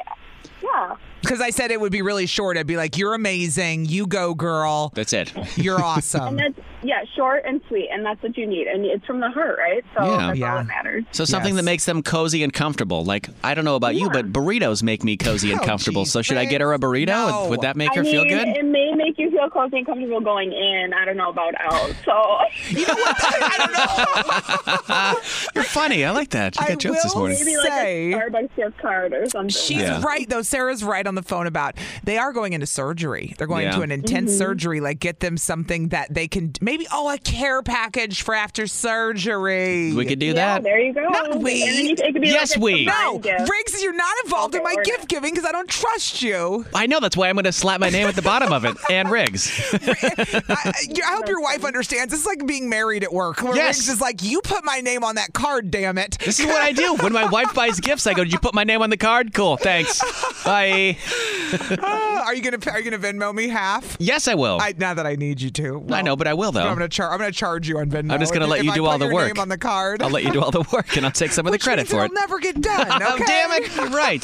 [SPEAKER 21] Yeah.
[SPEAKER 3] Because I said it would be really short. I'd be like, you're amazing. You go, girl.
[SPEAKER 4] That's it.
[SPEAKER 3] You're awesome.
[SPEAKER 21] And that's, yeah, short and sweet, and that's what you need. And it's from the heart, right? So that's all that matters.
[SPEAKER 4] So something that makes them cozy and comfortable. Like I don't know about you, but burritos make me cozy and comfortable. so should I get her a burrito? Would that make
[SPEAKER 21] I
[SPEAKER 4] her feel
[SPEAKER 21] mean,
[SPEAKER 4] good?
[SPEAKER 21] It may make you feel cozy and comfortable going in. I don't know about out. So you know what?
[SPEAKER 4] You're funny. I like that. You got jokes this morning.
[SPEAKER 21] Maybe like a Starbucks gift card or something.
[SPEAKER 3] She's
[SPEAKER 4] Yeah.
[SPEAKER 3] right though. Sarah's right on the phone about they are going into surgery. They're going
[SPEAKER 4] Yeah.
[SPEAKER 3] to an intense
[SPEAKER 21] Mhm.
[SPEAKER 3] surgery. Like get them something that they can. Maybe Maybe, oh, a care package for after surgery.
[SPEAKER 4] We could do Yeah, that. there
[SPEAKER 21] you go.
[SPEAKER 3] Not we.
[SPEAKER 21] And then you- it could be
[SPEAKER 4] Yes,
[SPEAKER 21] like a
[SPEAKER 4] we.
[SPEAKER 3] No,
[SPEAKER 21] combined gift.
[SPEAKER 3] Riggs, you're not involved in my gift giving because I don't trust you.
[SPEAKER 4] I know that's why I'm going to slap my name at the bottom of it. Ann Riggs.
[SPEAKER 3] You- I hope your wife understands. This is like being married at work, where
[SPEAKER 4] Yes.
[SPEAKER 3] Riggs is like, "You put my name on that card, damn it."
[SPEAKER 4] This is what I do when my wife buys gifts. I go, "Did you put my name on the card? Cool, thanks. Bye."
[SPEAKER 3] Ah, are you gonna Are you gonna Venmo me half?
[SPEAKER 4] Yes, I will.
[SPEAKER 3] I, now that I need you to.
[SPEAKER 4] I know, but I will though.
[SPEAKER 3] I'm gonna charge. I'm gonna charge you on Venmo.
[SPEAKER 4] I'm just
[SPEAKER 3] if
[SPEAKER 4] gonna
[SPEAKER 3] you-
[SPEAKER 4] let
[SPEAKER 3] if
[SPEAKER 4] you
[SPEAKER 3] I
[SPEAKER 4] do
[SPEAKER 3] put
[SPEAKER 4] all the
[SPEAKER 3] your
[SPEAKER 4] work.
[SPEAKER 3] name on the card.
[SPEAKER 4] I'll let you do all the work, and I'll take some of the credit for it.
[SPEAKER 3] It'll never get done.
[SPEAKER 4] Oh,
[SPEAKER 3] Okay?
[SPEAKER 4] damn it! Right.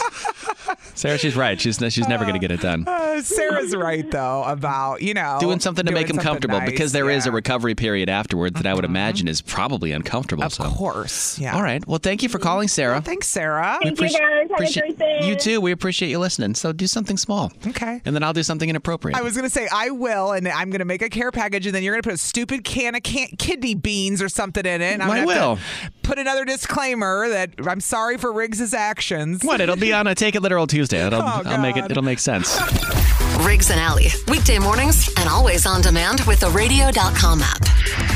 [SPEAKER 4] Sarah, she's right. She's she's never going to get it done.
[SPEAKER 3] Uh, Sarah's right though about you know
[SPEAKER 4] Doing something to
[SPEAKER 3] doing
[SPEAKER 4] make him
[SPEAKER 3] something
[SPEAKER 4] comfortable
[SPEAKER 3] nice.
[SPEAKER 4] because there is
[SPEAKER 3] Yeah. Uh-huh.
[SPEAKER 4] a recovery period afterwards that I would imagine is probably uncomfortable. Of
[SPEAKER 3] course. Yeah. Mm-hmm.
[SPEAKER 4] All right. Well, thank you for calling, Sarah.
[SPEAKER 3] Thanks, Sarah.
[SPEAKER 4] We appreci- appreciate- You too. We appreciate you listening. So do something small.
[SPEAKER 3] Okay.
[SPEAKER 4] And then I'll do something inappropriate.
[SPEAKER 3] I was gonna say I will, and I'm gonna make a care package, and then you're gonna put a stupid can of can- kidney beans or something in it. And I'm
[SPEAKER 4] I
[SPEAKER 3] gonna have
[SPEAKER 4] will.
[SPEAKER 3] to put another disclaimer that I'm sorry for Riggs's actions.
[SPEAKER 4] What? It'll be on a Take It Literal Tuesday. It'll,
[SPEAKER 3] Oh,
[SPEAKER 4] I'll make it. It'll make sense.
[SPEAKER 2] Riggs and Alley, weekday mornings and always on demand with the radio.com app.